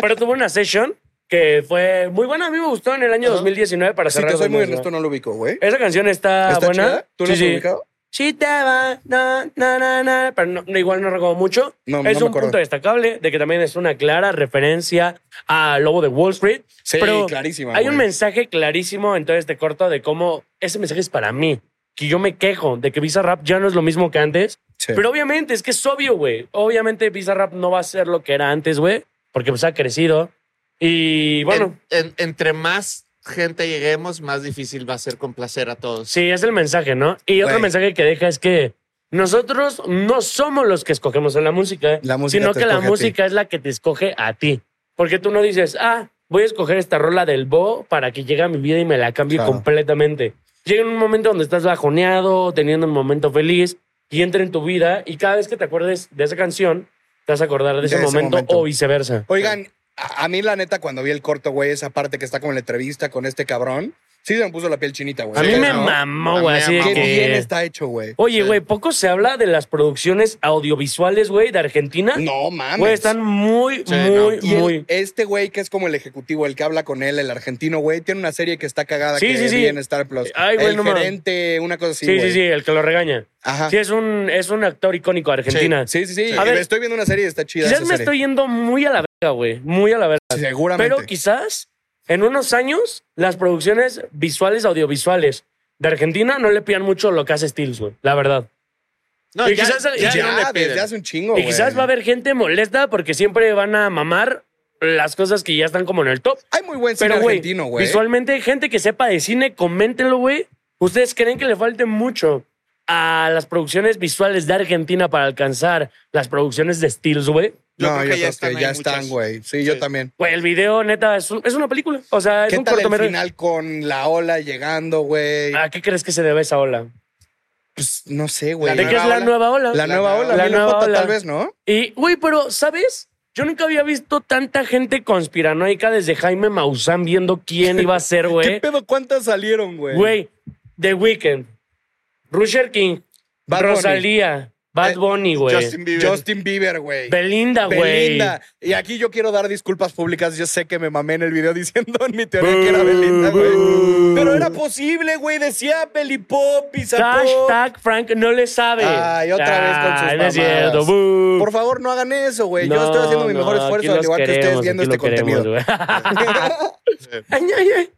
S2: Pero tuvo una session que fue muy buena. A mí me gustó en el año
S1: Ajá.
S2: 2019 para
S1: Si
S2: cerrar.
S1: te soy muy
S2: 2019.
S1: honesto, no lo ubico, güey.
S2: Esa canción está,
S1: ¿Está
S2: Ah, buena.
S1: chida? ¿Tú lo
S2: Sí,
S1: has
S2: sí.
S1: ubicado?
S2: Si te va, na, na, na, na. Pero no- no, igual no recuerdo mucho.
S1: No, no
S2: es
S1: me
S2: un
S1: acuerdo.
S2: punto destacable de que también es una clara referencia a Lobo de Wall Street.
S1: Sí,
S2: pero
S1: clarísima.
S2: hay un
S1: güey.
S2: mensaje clarísimo en todo este corto de cómo ese mensaje es para mí. Que yo me quejo de que Visa Rap ya no es lo mismo que antes.
S1: Sí.
S2: Pero obviamente, es que es obvio, güey. Obviamente Visa Rap no va a ser lo que era antes, güey. Porque pues ha crecido. Y bueno,
S3: En- en- entre más gente lleguemos, más difícil va a ser complacer a todos.
S2: Sí, es el mensaje, ¿no? Y otro
S1: Güey.
S2: mensaje que deja es que nosotros no somos los que escogemos en la música,
S1: La música
S2: sino
S1: te
S2: que la
S1: escoge a ti.
S2: música es la que te escoge a ti. Porque tú no dices, ah, voy a escoger esta rola del Bo para que llegue a mi vida y me la cambie
S1: Claro.
S2: completamente. Llega un momento donde estás bajoneado, teniendo un momento feliz y entra en tu vida y cada vez que te acuerdes de esa canción, te vas a acordar de ese,
S1: De ese
S2: momento,
S1: momento.
S2: o viceversa.
S1: Oigan, a, a mí la neta, cuando vi el corto, güey, esa parte que está como en la entrevista con este cabrón, sí se me puso la piel chinita, güey.
S2: a mí
S1: Sí,
S2: me
S1: ¿no?
S2: mamó,
S3: A
S2: güey,
S3: mí me
S2: así de
S1: Qué
S3: mamó.
S2: que-
S1: bien está hecho, güey.
S2: Oye, güey, poco se habla de las producciones audiovisuales, güey, de Argentina.
S1: No mames.
S2: Güey, están muy,
S3: Sí,
S2: muy,
S1: Y el-
S2: muy.
S1: este güey que es como el ejecutivo, el que habla con él, el argentino, güey, tiene una serie que está cagada
S2: Sí,
S1: que
S2: sí, sí.
S1: vi en Star Plus.
S2: Ay, güey,
S1: el
S2: no mames.
S1: gerente, una cosa así,
S2: Sí, sí,
S1: güey.
S2: sí, el que lo regaña.
S1: Ajá.
S2: Sí, es un, es un actor icónico de Argentina.
S1: Sí, sí, sí.
S2: A ver.
S1: estoy viendo una serie, está chida
S2: Quizás
S1: esa
S2: me
S1: serie.
S2: estoy yendo muy a la verga, güey. Muy a la verga.
S1: Seguramente.
S2: Pero quizás en unos años las producciones visuales, audiovisuales de Argentina no le pidan mucho lo que hace Stills, güey. La verdad.
S3: No,
S2: Y quizás-
S1: ya,
S2: ya no
S3: le piden.
S1: desde hace un chingo,
S2: y quizás
S1: güey.
S2: va a haber gente molesta porque siempre van a mamar las cosas que ya están como en el top.
S1: Hay muy buen cine
S2: Pero, güey,
S1: argentino, güey.
S2: visualmente, gente que sepa de cine, coméntenlo, güey. ¿Ustedes creen que le falte mucho a las producciones visuales de Argentina para alcanzar las producciones de Steels, güey?
S3: Yo
S1: no,
S3: creo que
S1: yo
S3: ya
S1: creo
S3: están
S1: que
S3: ahí
S1: ya están,
S3: muchas.
S1: güey. Sí, yo
S3: Sí.
S1: también.
S2: Güey, el video, neta, es, un- es una película. O sea, es
S1: ¿Qué
S2: un
S1: tal el
S2: cortometraje. Ah.
S1: final con la ola llegando, güey?
S2: ¿A qué crees que se debe esa ola?
S1: Pues no sé, güey.
S2: ¿De
S3: nueva
S2: qué es la
S3: ola?
S2: nueva ola?
S1: La nueva ola,
S2: La
S1: Milo
S2: nueva
S1: J,
S2: ola.
S1: tal vez, ¿no?
S2: Y, güey, pero, ¿sabes? Yo nunca había visto tanta gente conspiranoica desde Jaime Maussan viendo quién iba a ser,
S1: ¿Qué
S2: güey.
S1: pedo? ¿Cuántas salieron, güey?
S2: Güey, The Weeknd, Rusher King,
S1: Bad Bunny.
S2: Rosalía, Bad
S1: Eh,
S2: Bunny, güey.
S3: Justin Bieber.
S1: Justin Bieber, güey.
S2: Belinda, güey.
S1: Belinda. Y aquí yo quiero dar disculpas públicas. Yo sé que me mamé en el video diciendo en mi teoría que era Belinda, güey. Pero era posible, güey. Decía Belipop, Pop.
S2: Hashtag Frank no le sabe.
S1: Ay, otra vez con sus
S2: Ay, no
S1: mamadas.
S2: es cierto. Boo.
S1: Por favor, no hagan eso, güey.
S2: No,
S1: Pues yo estoy haciendo mi mejor
S2: no, aquí
S1: esfuerzo, al
S2: los
S1: igual que ustedes
S2: queremos,
S1: viendo
S2: aquí
S1: este
S2: lo queremos,
S1: contenido.
S2: güey. Ay, ay, ay.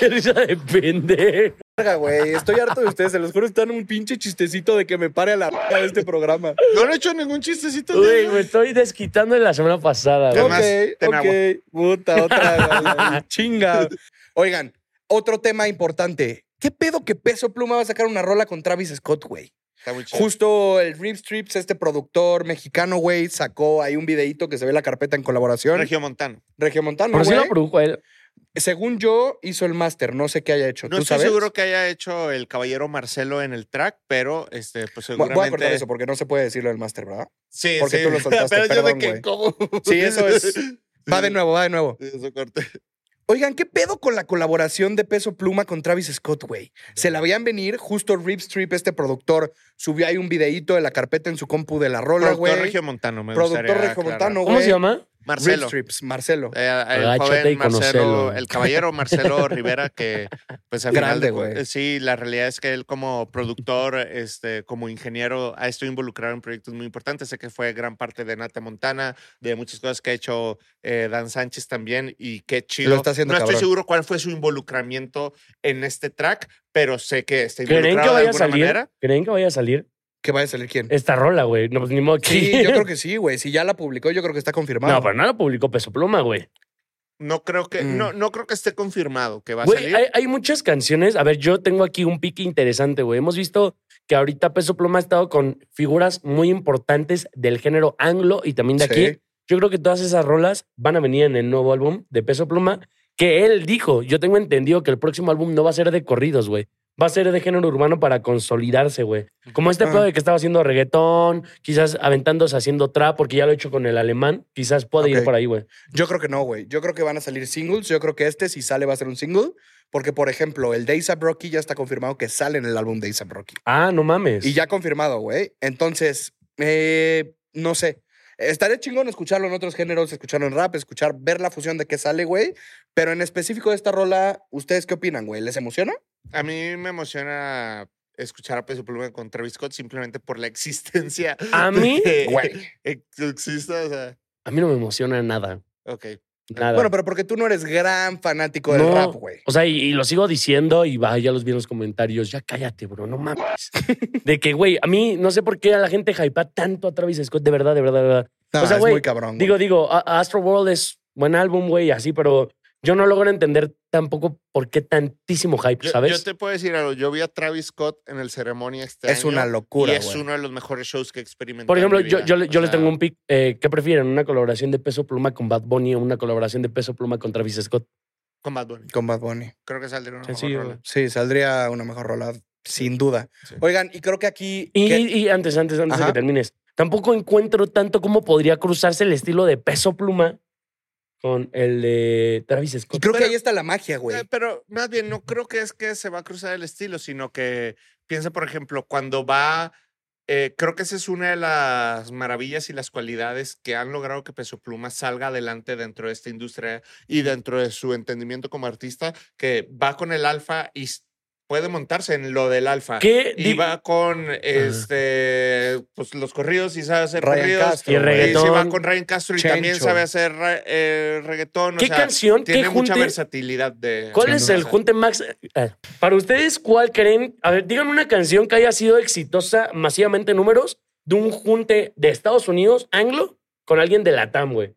S2: Qué risa de pendejo.
S1: Verga, güey. Estoy harto de ustedes. Se los juro, están un pinche chistecito de que me pare a la verga de este programa.
S3: Yo no he hecho ningún chistecito.
S2: Güey,
S3: tío.
S2: me estoy desquitando de la semana pasada, güey.
S3: Además,
S1: ok,
S3: ten
S1: ok. Puta, otra. güey. Chinga. Oigan, otro tema importante. ¿Qué pedo que Peso Pluma va a sacar una rola con Travis Scott, güey?
S3: Está muy chido.
S1: Justo el Rip Strips, este productor mexicano, güey, sacó ahí un videíto que se ve la carpeta en colaboración.
S3: Regio Montano.
S1: Regiomontano,
S2: Por si
S1: güey.
S2: lo produjo él.
S1: Según yo, hizo el máster. No sé qué haya hecho.
S3: No
S1: ¿Tú
S3: estoy
S1: sabes?
S3: seguro que haya hecho el caballero Marcelo en el track, pero este, pues
S1: Voy- Voy a
S3: seguramente.
S1: cortar eso porque no se puede decirlo del máster, ¿verdad?
S3: Sí,
S1: porque
S3: sí.
S1: tú lo soltaste,
S3: pero yo
S1: perdón,
S3: me quedé
S1: güey.
S3: como.
S1: Sí, eso es. Va de nuevo, va de nuevo.
S3: Eso corté.
S1: Oigan, ¿qué pedo con la colaboración de Peso Pluma con Travis Scott, güey? Se la veían venir, justo Rip Strip, este productor, subió ahí un videíito de la carpeta en su compu de la rola,
S3: Productor
S1: güey.
S3: Regio Montano, me
S1: Productor
S3: gustaría
S1: regiomontano,
S3: aclarar.
S2: ¿Cómo
S1: güey.
S2: se llama?
S1: Rip
S3: Marcelo.
S1: Strips, Marcelo.
S3: Eh, el
S2: Agáchate
S3: joven
S2: y
S3: Marcelo,
S2: conocelo.
S3: el caballero Marcelo Rivera, que pues al final
S1: Grande,
S3: de cu-
S1: güey.
S3: eh, sí, la realidad es que él como productor, este, como ingeniero, ha estado involucrado en proyectos muy importantes. Sé que fue gran parte de Nata Montana, de muchas cosas que ha hecho eh, Dan Sánchez también, y qué chido.
S1: Lo está haciendo
S3: no
S1: cabrón.
S3: estoy seguro cuál fue su involucramiento en este track, pero sé que está
S2: ¿Creen
S3: involucrado
S2: que
S3: de
S2: vaya a
S3: alguna
S2: salir?
S3: manera.
S2: ¿Creen que vaya a salir?
S1: ¿Qué va a salir quién?
S2: Esta rola, güey. No, pues ni modo que-
S1: Sí, yo creo que sí, güey. Si ya la publicó, yo creo que está confirmado.
S2: No, pero no lo publicó Peso Pluma, güey.
S3: No creo que,
S1: Mm.
S3: no, no creo que esté confirmado que va a
S2: Güey, eh,
S3: salir.
S2: hay, hay muchas canciones. A ver, yo tengo aquí un pique interesante, güey. Hemos visto que ahorita Peso Pluma ha estado con figuras muy importantes del género anglo y también de
S1: Sí.
S2: aquí. Yo creo que todas esas rolas van a venir en el nuevo álbum de Peso Pluma, que él dijo. Yo tengo entendido que el próximo álbum no va a ser de corridos, güey. Va a ser de género urbano para consolidarse, güey. Como este
S1: Ah.
S2: pedo de que estaba haciendo reggaetón, quizás aventándose haciendo trap, porque ya lo he hecho con el alemán. Quizás puede
S1: Ok.
S2: ir por ahí, güey.
S1: Yo creo que no, güey. Yo creo que van a salir singles. Yo creo que este, si sale, va a ser un single. Porque, por ejemplo, el de A$AP Rocky ya está confirmado que sale en el álbum de A$AP Rocky.
S2: Ah, no mames.
S1: Y ya confirmado, güey. Entonces, eh, no sé. Estaré chingón escucharlo en otros géneros, escucharlo en rap, escuchar, ver la fusión de qué sale, güey. Pero en específico de esta rola, ¿ustedes qué opinan, güey? ¿Les emociona?
S3: A mí me emociona escuchar a Peso Pluma con Travis Scott simplemente por la existencia.
S2: A mí,
S3: de-
S1: Güey.
S3: eh, que exista, o sea,
S2: a mí no me emociona nada.
S3: ok.
S2: Nada.
S1: Bueno, pero porque tú no eres gran fanático del
S2: No.
S1: rap, güey.
S2: O sea, y, y lo sigo diciendo y va, ya los vi en los comentarios, ya cállate, bro, no mames. De que, güey, a mí no sé por qué a la gente hypea tanto a Travis Scott, de verdad, de verdad, de verdad.
S1: No,
S2: o sea,
S1: es
S2: güey,
S1: muy cabrón. güey.
S2: Digo, digo, a- a Astro World es buen álbum, güey, así, pero yo no logro entender tampoco por qué tantísimo hype,
S3: Yo,
S2: ¿sabes?
S3: yo te puedo decir algo. Yo vi a Travis Scott en el ceremonia este
S1: es
S3: año
S1: una locura,
S3: Y es
S1: güey.
S3: uno de los mejores shows que he experimentado.
S2: por ejemplo,
S3: en mi
S2: yo,
S3: vida.
S2: yo, le-
S3: O
S2: yo les
S3: sea,
S2: tengo un pick. eh, ¿Qué prefieren? ¿Una colaboración de peso pluma con Bad Bunny o una colaboración de peso pluma con Travis Scott?
S3: Con Bad Bunny.
S1: Con Bad Bunny.
S3: Creo que saldría una
S2: Sencillo,
S3: mejor rola.
S1: Sí, saldría una mejor rola, sin duda.
S3: Sí.
S1: Oigan, y creo que aquí.
S2: Y,
S1: que-
S2: y antes, antes, antes de
S1: Ajá.
S2: que termines, tampoco encuentro tanto cómo podría cruzarse el estilo de peso pluma con el de Travis
S1: y
S2: Scott.
S1: creo que
S3: Pero-
S1: ahí está la magia, güey.
S3: Eh, pero más bien, no creo que es que se va a cruzar el estilo, sino que piensa, por ejemplo, cuando va. eh, creo que esa es una de las maravillas y las cualidades que han logrado que Peso Pluma salga adelante dentro de esta industria y dentro de su entendimiento como artista, que va con el alfa y s- puede montarse en lo del alfa.
S2: ¿Qué
S3: Y
S2: di-
S3: va con este, pues los corridos y sabe hacer
S1: Ryan
S3: corridos.
S1: Castro.
S2: y
S1: güey.
S3: Y se va
S2: reggaetón.
S3: con Ryan Castro y también
S1: Chencho.
S3: sabe hacer ra- eh, reggaetón. o
S2: ¿Qué
S3: sea,
S2: canción? ¿Qué
S3: tiene mucha
S2: junte?
S3: versatilidad de.
S2: ¿Cuál
S1: Sin
S2: es
S1: duda.
S2: el junte Max? eh, Para ustedes, ¿cuál creen? A ver, díganme una canción que haya sido exitosa masivamente en números de un junte de Estados Unidos anglo con alguien de Latam, güey.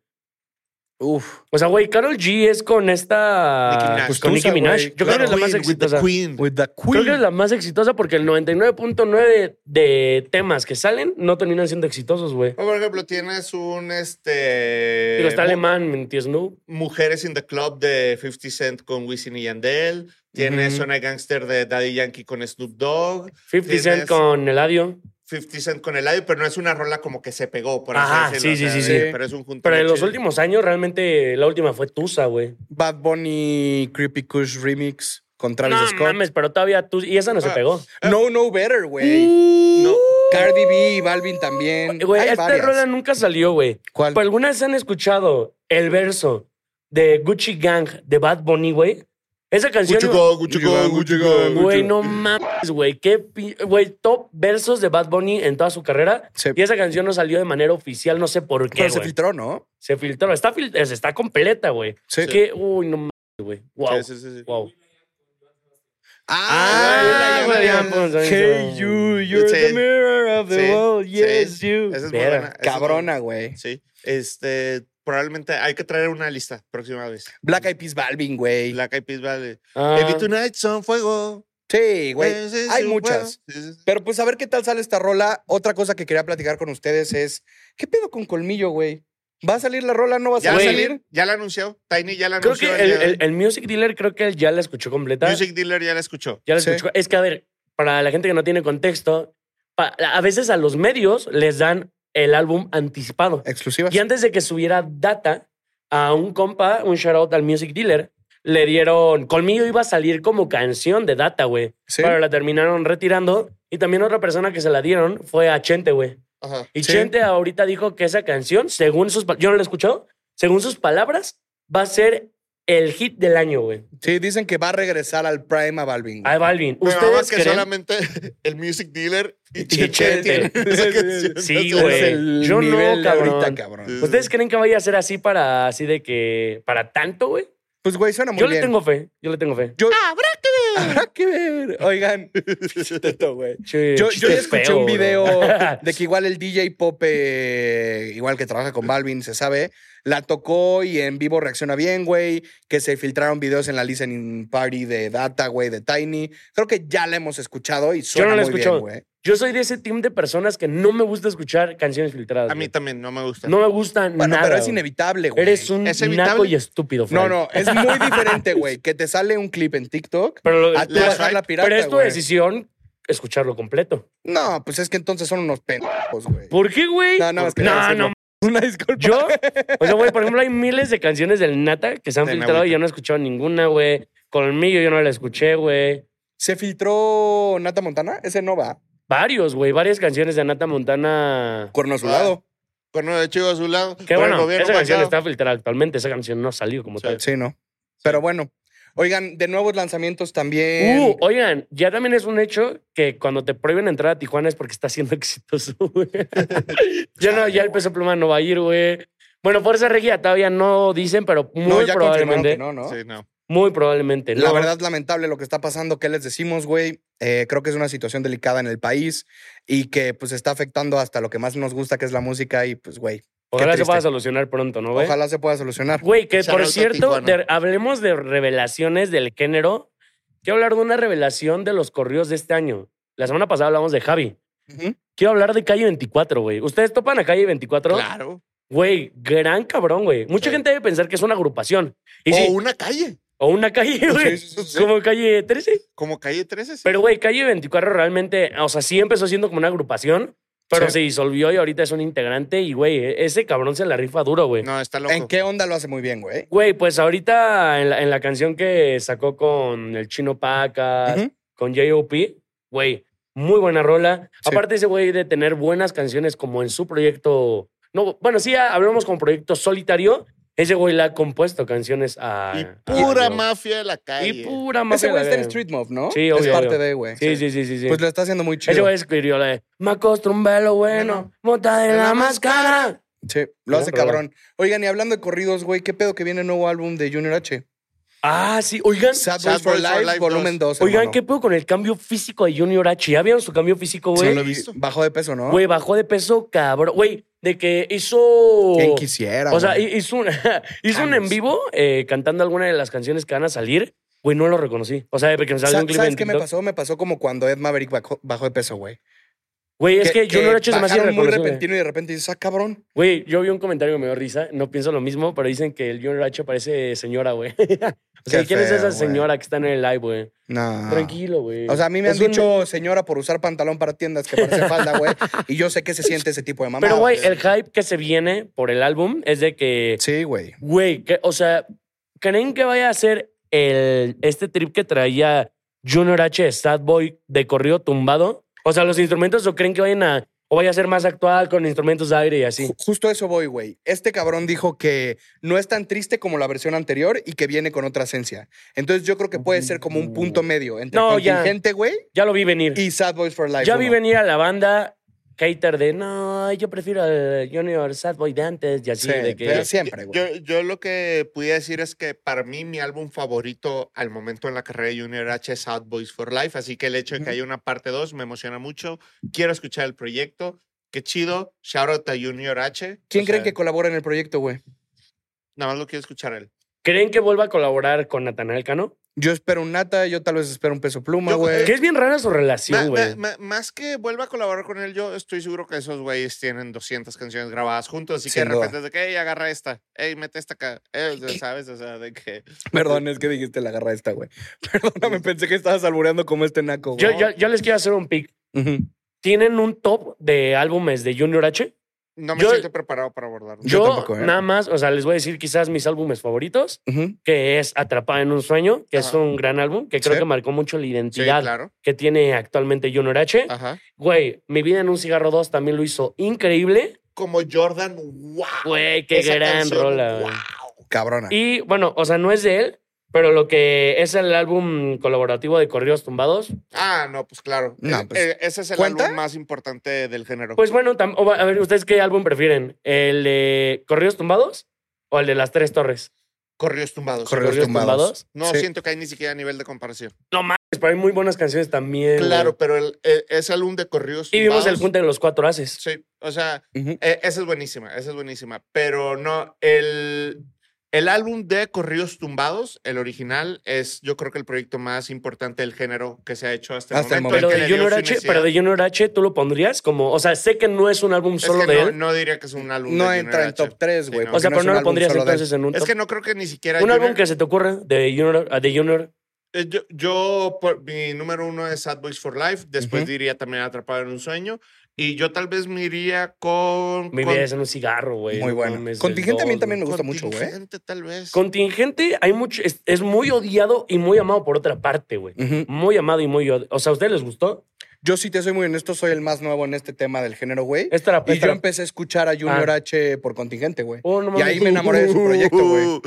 S1: Uf.
S2: O sea, güey, Carol G es con
S3: Nicki
S2: esta.
S3: Minaj.
S2: Pues con Nicki
S1: Justosa,
S2: Minaj.
S1: güey.
S2: Yo creo que es la más
S3: Queen, with the
S2: exitosa.
S3: Queen.
S1: With the Queen.
S2: Creo que es la más exitosa porque el 99.9 de temas que salen no terminan siendo exitosos, güey.
S3: O, por ejemplo, tienes un este.
S2: Digo, está
S3: mu-
S2: alemán, ¿me entiendes, no?
S3: Mujeres in the Club de 50 Cent con Wisin y Yandel. Tienes
S1: Ujú.
S3: Zona Gangster de Daddy Yankee con Snoop Dogg.
S2: 50 Cent
S3: Tienes-
S2: con Eladio.
S3: 50 Cent con el pero no es una rola como que se pegó, por
S2: Ajá,
S3: así decirlo.
S2: sí,
S3: o sea,
S2: sí,
S1: sí,
S3: de-
S1: sí.
S3: Pero es un junte
S2: Pero
S3: muy
S2: en los
S3: chido.
S2: últimos años, realmente, la última fue Tusa, güey.
S1: Bad Bunny Creepy Kush Remix con Travis
S2: No
S1: Scott.
S2: mames, pero todavía Tusa. Y esa no se
S3: Ah,
S2: pegó.
S1: No, no better, güey.
S3: No.
S1: Cardi B y Balvin también.
S2: Uh. Güey,
S1: Hay
S2: esta
S1: varias.
S2: rola nunca salió, güey.
S1: ¿Cuál?
S2: ¿Por alguna vez han escuchado el verso de Gucci Gang de Bad Bunny, güey? Esa canción.
S3: Gucci Gang, Gucci Gang, Gucci Gang, Gucci
S2: Güey,
S3: Gang.
S2: no mames, güey. Qué pi- Güey, top versos de Bad Bunny en toda su carrera.
S1: Sí.
S2: Y esa canción no salió de manera oficial, no sé por qué.
S1: Pero se
S2: güey.
S1: filtró, ¿no?
S2: Se filtró. Está, fil- está completa, güey.
S1: Sí.
S2: Que, uy, no mames, güey. Wow.
S3: Sí, sí, sí, sí.
S2: Wow. Ah,
S3: güey,
S2: Adrián Ponce.
S1: Hey, you, you're
S3: Sí.
S1: the mirror of the
S3: Sí,
S1: world.
S3: sí.
S1: Yes, you.
S3: Esa es muy
S2: Vera,
S3: buena. esa es
S1: pues, Cabrona, güey.
S3: buena. Sí. Este, probablemente hay que traer una lista próxima vez.
S1: Black Eyed Peas Balvin, güey.
S3: Black Eyed Peas Valley.
S2: Ah.
S3: Baby Tonight son fuego.
S1: Sí, güey.
S3: Ese es
S1: Hay
S3: un
S1: muchas.
S3: fuego. Sí, sí, sí.
S1: Pero pues a ver qué tal sale esta rola. Otra cosa que quería platicar con ustedes es, ¿qué pedo con Colmillo, güey? ¿Va a salir la rola? ¿No va a
S3: Ya,
S1: salir?
S3: la
S2: Güey.
S3: salir, ya la anunció. Tiny ya la
S2: Creo
S3: anunció.
S2: que
S3: el
S2: el,
S3: día de hoy.
S2: el- el Music Dealer, creo que él ya la escuchó completa.
S3: Music Dealer ya la escuchó.
S2: Ya la
S1: Sí.
S2: escuchó. Es que, a ver, para la gente que no tiene contexto, pa- a veces a los medios les dan el álbum anticipado.
S1: Exclusivas.
S2: Y antes de que subiera data a un compa, un shout out al Music Dealer, le dieron. Colmillo iba a salir como canción de data, güey.
S1: Sí.
S2: Pero la terminaron retirando. Y también otra persona que se la dieron fue a Chente, güey.
S3: Ajá.
S2: Y
S1: Sí.
S2: Chente ahorita dijo que esa canción, según sus. pa- Yo no la he escuchado. Según sus palabras, va a ser el hit del año, güey.
S1: Sí, dicen que va a regresar al Prime a Balvin. güey.
S2: A Balvin.
S3: Pero nada más
S2: ¿Ustedes
S3: que
S2: creen?
S3: solamente el Music Dealer y
S2: Chichete.
S3: Chichete tienen esa canción.
S2: Sí,
S1: Ese
S2: güey.
S1: es el
S2: Yo no,
S1: nivel de
S2: cabrón.
S1: ahorita, cabrón.
S2: ¿Ustedes creen que vaya a ser así para así de que para tanto, güey?
S1: Pues, güey, suena muy
S2: Yo
S1: bien.
S2: le tengo fe, yo le tengo fe.
S1: Yo- Habrá que ver. Oigan. Teto, güey.
S2: Che,
S1: Yo, yo
S2: chiste
S1: ya escuché
S2: feo,
S1: un
S2: bro.
S1: video de que igual el DJ Pope, eh, igual que trabaja con Balvin, se sabe, la tocó y en vivo reacciona bien, güey. Que se filtraron videos en la listening party de Data, güey, de Tiny. Creo que ya la hemos escuchado y
S2: Yo
S1: suena
S2: no la he
S1: muy
S2: escuchado.
S1: bien, güey.
S2: Yo soy de ese team de personas que no me gusta escuchar canciones filtradas.
S3: A mí
S2: güey.
S3: también no me gusta.
S2: no me gustan
S1: Bueno,
S2: nada.
S1: pero es
S2: güey.
S1: inevitable, güey.
S2: Eres un
S3: ¿Es
S2: naco
S3: evitable?
S2: y estúpido, Frank.
S1: No, no, es muy diferente, güey. Que te sale un clip en TikTok
S2: Pero, lo-
S1: a tú
S3: Last
S1: bajar
S3: Ride.
S1: la pirata,
S2: pero es tu
S1: güey.
S2: decisión escucharlo completo.
S1: No, pues es que entonces son unos pendejos, güey.
S2: ¿Por qué, güey?
S1: No, no, es que-
S2: no,
S1: es que
S2: no.
S1: no. Una disculpa.
S2: Yo, o sea, güey, por ejemplo, hay miles de canciones del Nata que se han
S3: De
S2: filtrado y
S3: Nahuita.
S2: yo no he escuchado ninguna, güey. Colmillo yo no la escuché, güey.
S1: ¿Se filtró Nata Montana? Ese no va.
S2: Varios, güey, varias canciones de Nata Montana.
S1: Cuerno azulado.
S3: Cuerno de chivo a su lado.
S2: Qué
S3: por
S2: bueno,
S3: el gobierno
S2: esa canción
S3: pasado.
S2: está filtrada actualmente, esa canción no ha salido como
S3: Sí.
S2: tal.
S1: Sí, no. Pero bueno. Oigan, de nuevos lanzamientos también.
S2: Uh, oigan, ya también es un hecho que cuando te prohíben entrar a Tijuana es porque está siendo exitoso, güey. ya no, ya el peso pluma no va a ir, güey. Bueno, Fuerza Regia todavía no dicen, pero muy
S1: no, ya confirmaron
S2: probablemente.
S1: que no, ¿no?
S3: Sí, no.
S2: Muy probablemente.
S1: La
S2: no.
S1: verdad, lamentable lo que está pasando. ¿Qué les decimos, güey? Eh, creo que es una situación delicada en el país y que pues está afectando hasta lo que más nos gusta, que es la música. Y pues, güey, qué
S2: Ojalá se
S1: triste.
S2: pueda solucionar pronto, ¿no, güey?
S1: ojalá se pueda solucionar.
S2: Güey, que
S3: Shout
S2: por
S3: out a
S2: cierto,
S3: Tijuana.
S2: de- hablemos de revelaciones del género. Quiero hablar de una revelación de los corridos de este año. La semana pasada hablamos de Javi.
S1: Ujú.
S2: Quiero hablar de Calle 24, güey. ¿Ustedes topan a Calle 24?
S3: Claro.
S2: Güey, gran cabrón, güey. Mucha
S3: Sí.
S2: gente debe pensar que es una agrupación. Y
S3: O
S2: sí,
S3: una calle.
S2: o una calle, güey.
S1: Sí, sí, sí, sí.
S2: Como calle 13.
S3: Como calle 13. sí.
S2: Pero, güey, calle 24 realmente, o sea, sí empezó siendo como una agrupación, pero
S1: Sí.
S2: se disolvió y ahorita es un integrante. Y, güey, e-, ese cabrón se la rifa duro, güey.
S3: no, está loco.
S1: ¿En qué onda lo hace muy bien, güey?
S2: Güey, pues ahorita en la, en la canción que sacó con el Chino Pacas,
S1: Ujú.
S2: con J.O.P., güey, muy buena rola.
S1: Sí.
S2: Aparte ese güey de tener buenas canciones como en su proyecto, no, bueno, sí, ah, hablamos con proyecto solitario, ese güey le ha compuesto canciones a...
S3: Y
S2: a-
S3: pura
S2: a-
S3: mafia de la calle.
S2: Y pura más.
S1: Ese güey está en Street Move, ¿no?
S2: Sí,
S1: Es
S2: obvio,
S1: parte
S2: obvio.
S1: de, güey.
S2: Sí, sí, sí, sí. sí.
S1: Pues lo está haciendo muy
S2: ese
S1: chido.
S2: güey escribió la de Me acostó un velo bueno,
S3: Bueno.
S2: bota de
S3: En
S2: la
S3: la
S2: máscara.
S1: Sí, lo hace
S2: Gran rola.
S1: cabrón. Oigan, y hablando de corridos, güey, ¿qué pedo que viene el nuevo álbum de Junior H?
S2: Ah, sí, oigan.
S1: Sad Boys
S3: Sad
S1: for
S3: Boys for
S1: Life,
S3: Life
S1: volumen 2.
S2: Oigan,
S1: hermano.
S2: ¿qué pedo con el cambio físico de Junior H? ¿Ya vieron su cambio físico, güey?
S1: Sí,
S3: lo he visto.
S1: Bajó de peso, ¿no?
S2: Güey, bajó de peso, cabrón. Güey, de que hizo.
S1: ¿Quién quisiera?
S2: O sea,
S1: güey?
S2: hi- hizo un, hizo un en
S1: Vamos.
S2: vivo eh, cantando alguna de las canciones que van a salir. Güey, no lo reconocí. O sea, de que me salió
S1: Sa-
S2: un clip
S1: ¿Sabes
S2: en
S1: qué me
S2: TikTok.
S1: pasó? Me pasó como cuando Ed Maverick bajó, bajó de peso, güey.
S2: Güey, es que, Junior H es más
S1: bajaron muy
S2: irreconocible.
S1: repentino y de repente dices, ah, cabrón.
S2: Güey, yo vi un comentario que me dio risa. No pienso lo mismo, pero dicen que el Junior H parece señora, güey. o sea,
S1: Qué
S2: ¿quién es
S1: feo,
S2: esa
S1: güey.
S2: señora que está en el live, güey?
S1: No.
S2: Tranquilo, güey.
S1: O sea, a mí me
S2: Es
S1: han
S2: un-
S1: dicho señora por usar pantalón para tiendas que parece falda, güey. y yo sé que se siente ese tipo de mamá.
S2: Pero, güey, el hype que se viene por el álbum es de que
S1: Sí, güey.
S2: Güey, que- o sea, ¿creen que vaya a ser el, este trip que traía Junior H, Sad Boy, de corrido tumbado? O sea, los instrumentos, ¿o creen que vayan a, o vaya a ser más actual con instrumentos de aire y así?
S1: Ju- Justo a eso voy, güey. Este cabrón dijo que no es tan triste como la versión anterior y que viene con otra esencia. Entonces yo creo que puede ser como un punto medio entre
S2: Mm. No, ya.
S1: contingente, güey,
S2: Ya lo vi venir.
S1: y Sad Boys for Life.
S2: Ya
S1: uno.
S2: vi venir a la banda hater de no, yo prefiero al Junior Sad Boy de antes y
S1: Sí,
S2: así. de que,
S1: pero siempre, güey.
S3: Yo, yo lo que pudiera decir es que para mí mi álbum favorito al momento en la carrera de Junior H es Out Boys for Life, así que el hecho de que
S1: Ujú.
S3: haya una parte 2 me emociona mucho. Quiero escuchar el proyecto. Qué chido. Shout out a Junior H.
S1: ¿Quién
S3: O
S1: creen
S3: sea,
S1: que colabora en el proyecto, güey?
S3: Nada más lo quiero escuchar a él.
S2: ¿Creen que vuelva a colaborar con Natanael Cano?
S1: Yo espero un Nata, yo tal vez espero un peso pluma,
S3: Yo-
S1: güey.
S2: Que es bien rara su
S3: Ma-
S2: relación,
S3: ma-
S2: güey.
S3: ma- más que vuelva a colaborar con él, yo estoy seguro que esos güeyes tienen 200 canciones grabadas juntos, así que
S1: Sin
S3: de
S1: duda.
S3: repente es de que, hey, agarra esta, hey, mete esta acá, Eh, ¿sabes? O sea, de que...
S1: Perdón, es que dijiste la garra esta, güey. Perdóname, pensé que estabas albureando como este naco,
S2: Yo,
S1: güey.
S2: yo, yo les quiero hacer un pick.
S1: Ujú.
S2: ¿Tienen un top de álbumes de Junior H?
S3: No me
S2: Yo-
S3: siento preparado para abordarlo.
S1: Yo
S2: Yo,
S1: tampoco, ¿eh?
S2: nada más, o sea, les voy a decir quizás mis álbumes favoritos,
S1: Ujú.
S2: que es Atrapada en un sueño, que es
S3: Ajá.
S2: un gran álbum, que creo
S1: Sí.
S2: que marcó mucho la
S3: Sí,
S2: identidad
S3: claro. Ah.
S2: que tiene actualmente Junior H.
S3: Ajá.
S2: Güey, Mi vida en un cigarro 2 también lo hizo increíble.
S3: Como Jordan, wow.
S2: Güey, qué
S3: Esa
S2: gran
S3: canción,
S2: rola. güey.
S3: wow.
S1: Cabrona.
S2: Y bueno, o sea, no es de él, pero lo que es el álbum colaborativo de Corridos Tumbados,
S3: Ah, no, pues claro.
S1: No,
S3: Eh,
S1: pues,
S3: eh, ese es el
S1: ¿cuenta?
S3: álbum más importante del género.
S2: Pues bueno, tam- o va- a ver, ¿ustedes qué álbum prefieren? ¿El de Corridos Tumbados o el de Las Tres Torres?
S3: Corridos tumbados.
S1: Corridos tumbados.
S3: No,
S1: Sí.
S3: siento que hay ni siquiera nivel de comparación.
S2: No mames, pero hay muy buenas canciones también. güey.
S3: Claro, pero el, eh, ese álbum de Corridos
S2: Y
S3: tumbados.
S2: vimos el junte de los cuatro haces.
S3: Sí, o sea,
S1: Ujú.
S3: Eh, esa es buenísima, esa es buenísima. Pero no, el, el álbum de Corridos Tumbados, el original, es yo creo que el proyecto más importante del género que se ha hecho hasta el
S1: Hasta el
S3: momento.
S2: Pero
S3: el
S1: momento.
S2: de,
S3: que le dio
S2: Junior
S3: su
S2: H,
S3: unicidad.
S2: pero de Junior H, ¿tú lo pondrías como...? O sea, sé que no es un álbum
S3: Es
S2: solo
S3: que
S2: de
S3: no,
S2: él.
S3: no diría que es un álbum.
S1: No
S3: de
S1: entra
S3: Junior
S1: en
S3: H.
S1: top 3,
S3: Sí,
S1: güey.
S3: no.
S2: o
S1: porque no
S2: sea, pero
S1: es
S2: no
S1: un
S2: lo
S1: álbum
S2: pondrías
S1: solo de él.
S2: entonces en un...
S3: Es
S2: top.
S3: que no creo que ni siquiera.
S2: un álbum
S3: Junior-
S2: que se te ocurra de Junior... ah, De Junior.
S3: eh, Yo, yo, por- mi número uno es Sad Boys for Life. Después
S1: Ujú.
S3: diría también Atrapado en un sueño. Y yo tal vez me iría con.
S2: Mi
S3: con-
S2: vida es en un cigarro, güey.
S1: Muy
S2: no
S1: bueno.
S2: mames, el
S1: Contingente a mí
S2: dos,
S1: también
S2: güey.
S1: me gusta mucho, güey.
S3: Contingente, tal vez.
S2: Contingente hay mucho... Es, es muy odiado y muy amado por otra parte, güey.
S1: Ujú.
S2: Muy amado y muy odiado. O sea, ¿a ustedes les gustó?
S1: Yo sí te soy muy honesto, soy el más nuevo en este tema del género, güey.
S2: Esta era
S1: Y yo empecé a escuchar a Junior
S2: Ah.
S1: H por contingente, güey.
S2: Oh, no
S1: y
S2: mames.
S1: ahí me enamoré de su proyecto, güey.
S3: Uh,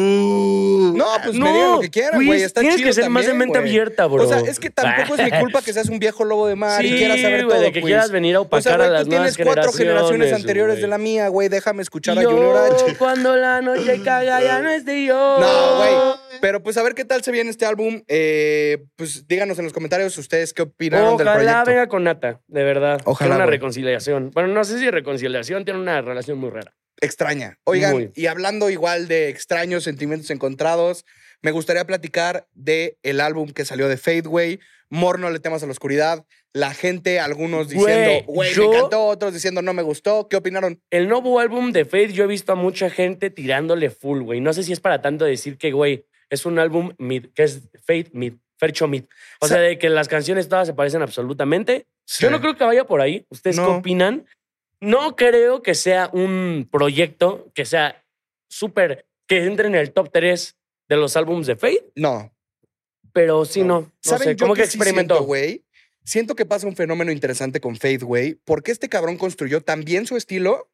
S3: uh,
S1: No, pues me digan lo que quieran, güey. Está
S2: Tienes
S1: chido
S2: que ser más de
S1: también,
S2: mente
S1: güey.
S2: abierta, bro.
S1: O sea, es que tampoco es mi culpa que seas un viejo lobo de mar
S2: sí,
S1: y quieras saber
S2: güey,
S1: todo,
S2: de que
S1: pues.
S2: quieras venir a
S1: O sea,
S2: opacar
S1: güey,
S2: a las
S1: tú tienes
S2: nuevas
S1: cuatro generaciones anteriores
S2: güey.
S1: de la mía, güey. Déjame escuchar a
S2: Yo,
S1: Junior H.
S2: cuando la noche caga ya no es de yo.
S1: No, güey. Pero pues a ver qué tal se viene este álbum. Eh, pues díganos en los comentarios ustedes qué opinaron del
S2: Ojalá
S1: proyecto.
S2: venga con Nata, de verdad.
S1: Ojalá,
S2: Tiene una
S1: güey.
S2: reconciliación. Bueno, no sé si reconciliación, tiene una relación muy rara.
S1: extraña. Oigan,
S2: Muy.
S1: y hablando igual de extraños sentimientos encontrados, me gustaría platicar de el álbum que salió de Fadeway, Morno le temas a la oscuridad, la gente, algunos
S2: Güey,
S1: diciendo, güey,
S2: yo-
S1: me encantó, otros diciendo no me gustó, ¿qué opinaron?
S2: El nuevo álbum de Faith, yo he visto a mucha gente tirándole full, güey. No sé si es para tanto decir que, güey, es un álbum mid, que es Faith mid, Fercho mid. O
S1: Sa-
S2: sea, de que las canciones todas se parecen absolutamente. Yo no creo que vaya por ahí. ¿Ustedes qué
S1: No.
S2: opinan? No creo que sea un proyecto que sea súper, que entre en el top 3 de los álbumes de Faith,
S1: No.
S2: pero sí
S3: No.
S2: no. No,
S1: ¿Saben
S2: sé,
S1: yo
S2: como
S1: qué
S2: que
S1: sí
S2: experimentó.
S1: siento, güey? Siento que pasa un fenómeno interesante con Fadeway, porque este cabrón construyó tan bien su estilo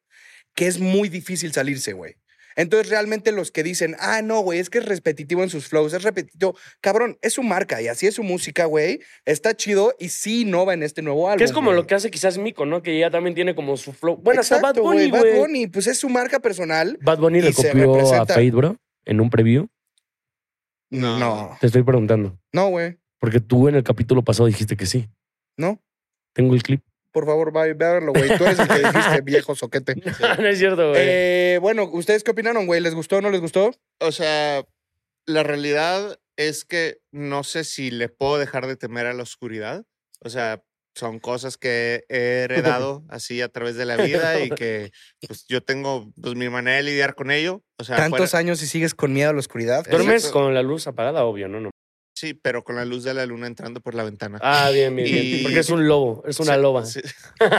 S1: que es muy difícil salirse, güey. Entonces, realmente los que dicen, ah, no, güey, es que es repetitivo en sus flows, es repetitivo. Cabrón, es su marca y así es su música, güey. Está chido y sí innova en este nuevo álbum.
S2: que es como
S1: güey.
S2: lo que hace quizás Mico, ¿no? Que ya también tiene como su flow. Bueno, hasta Bad
S1: Exacto,
S2: Bunny,
S1: Bad
S2: güey.
S1: Bunny, pues es su marca personal.
S2: Bad Bunny
S1: Y
S2: le
S1: se
S2: copió a
S1: representa.
S2: Fate, bro, en un preview.
S3: No.
S1: No,
S2: Te estoy preguntando.
S1: no, güey.
S2: Porque tú en el capítulo pasado dijiste que sí.
S1: No,
S2: Tengo el clip.
S1: por favor, va a verlo, güey. Tú eres el que dijiste, viejo soquete.
S2: no es cierto, güey.
S1: Eh, bueno, ¿ustedes qué opinaron, güey? ¿Les gustó o no les gustó?
S3: O sea, la realidad es que no sé si le puedo dejar de temer a la oscuridad. O sea, son cosas que he heredado así a través de la vida y que pues, yo tengo pues, mi manera de lidiar con ello. O sea,
S1: Tantos
S3: fuera-
S1: años y sigues con miedo a la oscuridad.
S3: Pero-
S2: Duermes
S3: exacto.
S2: con la luz apagada, obvio, ¿no? no.
S3: sí, pero con la luz de la luna entrando por la ventana.
S2: Ah, bien, bien, bien.
S3: Y-
S2: Porque es un lobo, es una
S3: Sí,
S2: loba.
S3: sí. no,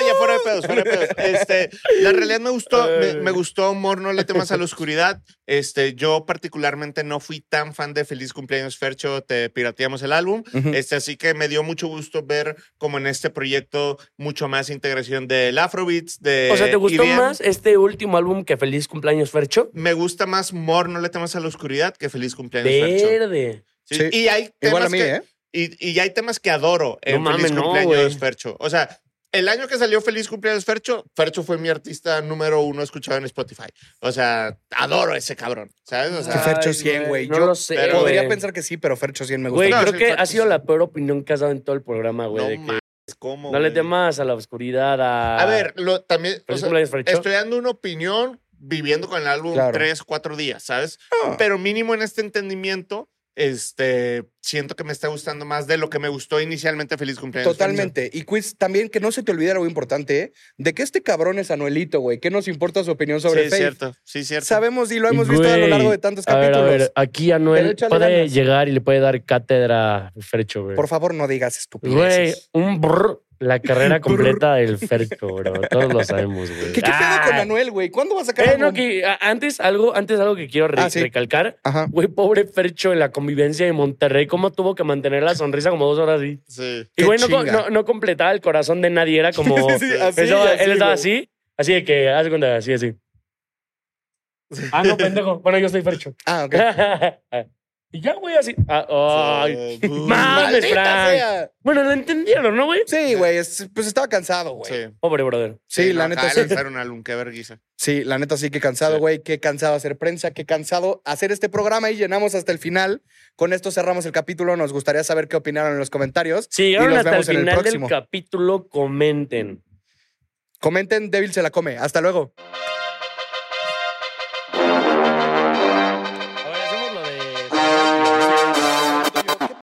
S3: ya fuera de pedos, fuera de pedos. Este, la realidad me gustó, me, me gustó Amor, no le temas a la oscuridad. Este, yo particularmente no fui tan fan de Feliz Cumpleaños Fercho, te pirateamos el álbum.
S1: Ujú.
S3: Este, así que me dio mucho gusto ver como en este proyecto mucho más integración del Afrobeats, de
S2: o
S1: Eh,
S2: sea, ¿te gustó
S3: EDM.
S2: más este último álbum que Feliz Cumpleaños Fercho?
S3: Me gusta más Mor, no le temas a la oscuridad que Feliz Cumpleaños Fercho.
S2: Verde.
S3: Sí,
S1: Sí.
S3: Y hay temas
S1: Igual a mí,
S3: que,
S1: ¿eh?
S3: y, y hay temas que adoro en
S2: No
S3: Feliz
S2: mames, no,
S3: Cumpleaños
S2: güey.
S3: Fercho. O sea, El año que salió Feliz Cumpleaños Fercho, Fercho fue mi artista número uno escuchado en Spotify. O sea, adoro a ese cabrón, ¿sabes? O
S1: Que
S3: sea,
S2: Ay,
S1: Fercho 100, güey.
S2: No
S1: Yo
S2: lo sé.
S3: pero-
S1: Podría
S2: güey.
S1: pensar que sí, pero eh, Fercho 100 me gusta.
S2: Güey,
S3: No,
S2: creo
S3: sí,
S2: que
S3: claro
S2: ha
S3: que
S2: sido
S3: sí.
S2: la peor opinión que has dado en todo el programa, güey.
S3: no
S2: de que
S3: mames, ¿cómo?
S2: no le
S3: güey?
S2: temas a la oscuridad, a.
S3: A ver, lo, también, o
S2: Feliz
S3: sea,
S2: cumpleaños, Fercho.
S3: estoy dando una opinión viviendo con el álbum
S1: Claro. Ah.
S3: tres, cuatro días, ¿sabes?
S1: No.
S3: Pero mínimo en este entendimiento, este, siento que me está gustando más de lo que me gustó inicialmente Feliz Cumpleaños.
S1: Totalmente. Y quiz, también que no se te olvide algo importante, ¿eh? De que este cabrón es Anuelito, güey. ¿Qué nos importa su opinión sobre
S3: sí,
S1: Faith?
S3: cierto, sí, cierto.
S1: Sabemos y lo hemos visto a lo
S2: Güey,
S1: largo de tantos
S2: a ver,
S1: capítulos.
S2: a ver, aquí
S1: Pero
S2: Anuel
S1: échale
S2: puede
S1: ganas.
S2: llegar y le puede dar cátedra al Fercho, güey.
S1: Por favor, no digas
S2: Güey,
S1: estupideces.
S2: un brr, la carrera completa del Fercho, bro. Todos lo sabemos, güey.
S1: ¿Qué, qué pedo con
S2: Ah.
S1: Anuel, güey? ¿Cuándo vas a sacar
S2: Eh,
S1: algo?
S2: no, que a- antes algo, antes algo que quiero re-
S1: Ah, sí.
S2: recalcar.
S1: Ajá.
S2: Güey, pobre Fercho en la convivencia de Monterrey, cómo tuvo que mantener la sonrisa como dos horas así.
S3: Sí.
S2: Y
S1: Qué
S2: güey, no, co-
S1: chinga.
S2: no, no completaba el corazón de nadie, era como...
S1: Sí, así,
S2: estaba-
S1: así,
S2: Oh, él estaba
S1: güey.
S2: así, así de que, haz de cuenta, así, así. Ah, no, pendejo. Bueno, yo soy Fercho.
S1: Ah, ok.
S2: y ya, güey, así. Ah, ay.
S3: Sí, bu-
S2: Mames,
S1: ¡Maldita
S2: Frank.
S1: sea!
S2: Bueno, lo entendieron, ¿no, güey?
S1: Sí, güey. es- Pues estaba cansado, güey. Sí,
S3: Sí.
S2: Pobre brother.
S3: Sí,
S1: la
S3: no, ah,
S1: neta
S3: acaba
S1: sí.
S3: de lanzar un álbum, qué vergüenza.
S1: Sí, la neta sí, que cansado,
S3: Sí.
S1: güey. Qué cansado hacer prensa, qué cansado hacer este programa y llenamos hasta el final. Con esto cerramos el capítulo. Nos gustaría saber qué opinaron en los comentarios.
S2: Si
S1: y nos
S2: llegaron hasta el
S1: vemos en el
S2: final del
S1: próximo.
S2: capítulo, comenten.
S1: Comenten, débil se la come. Hasta luego.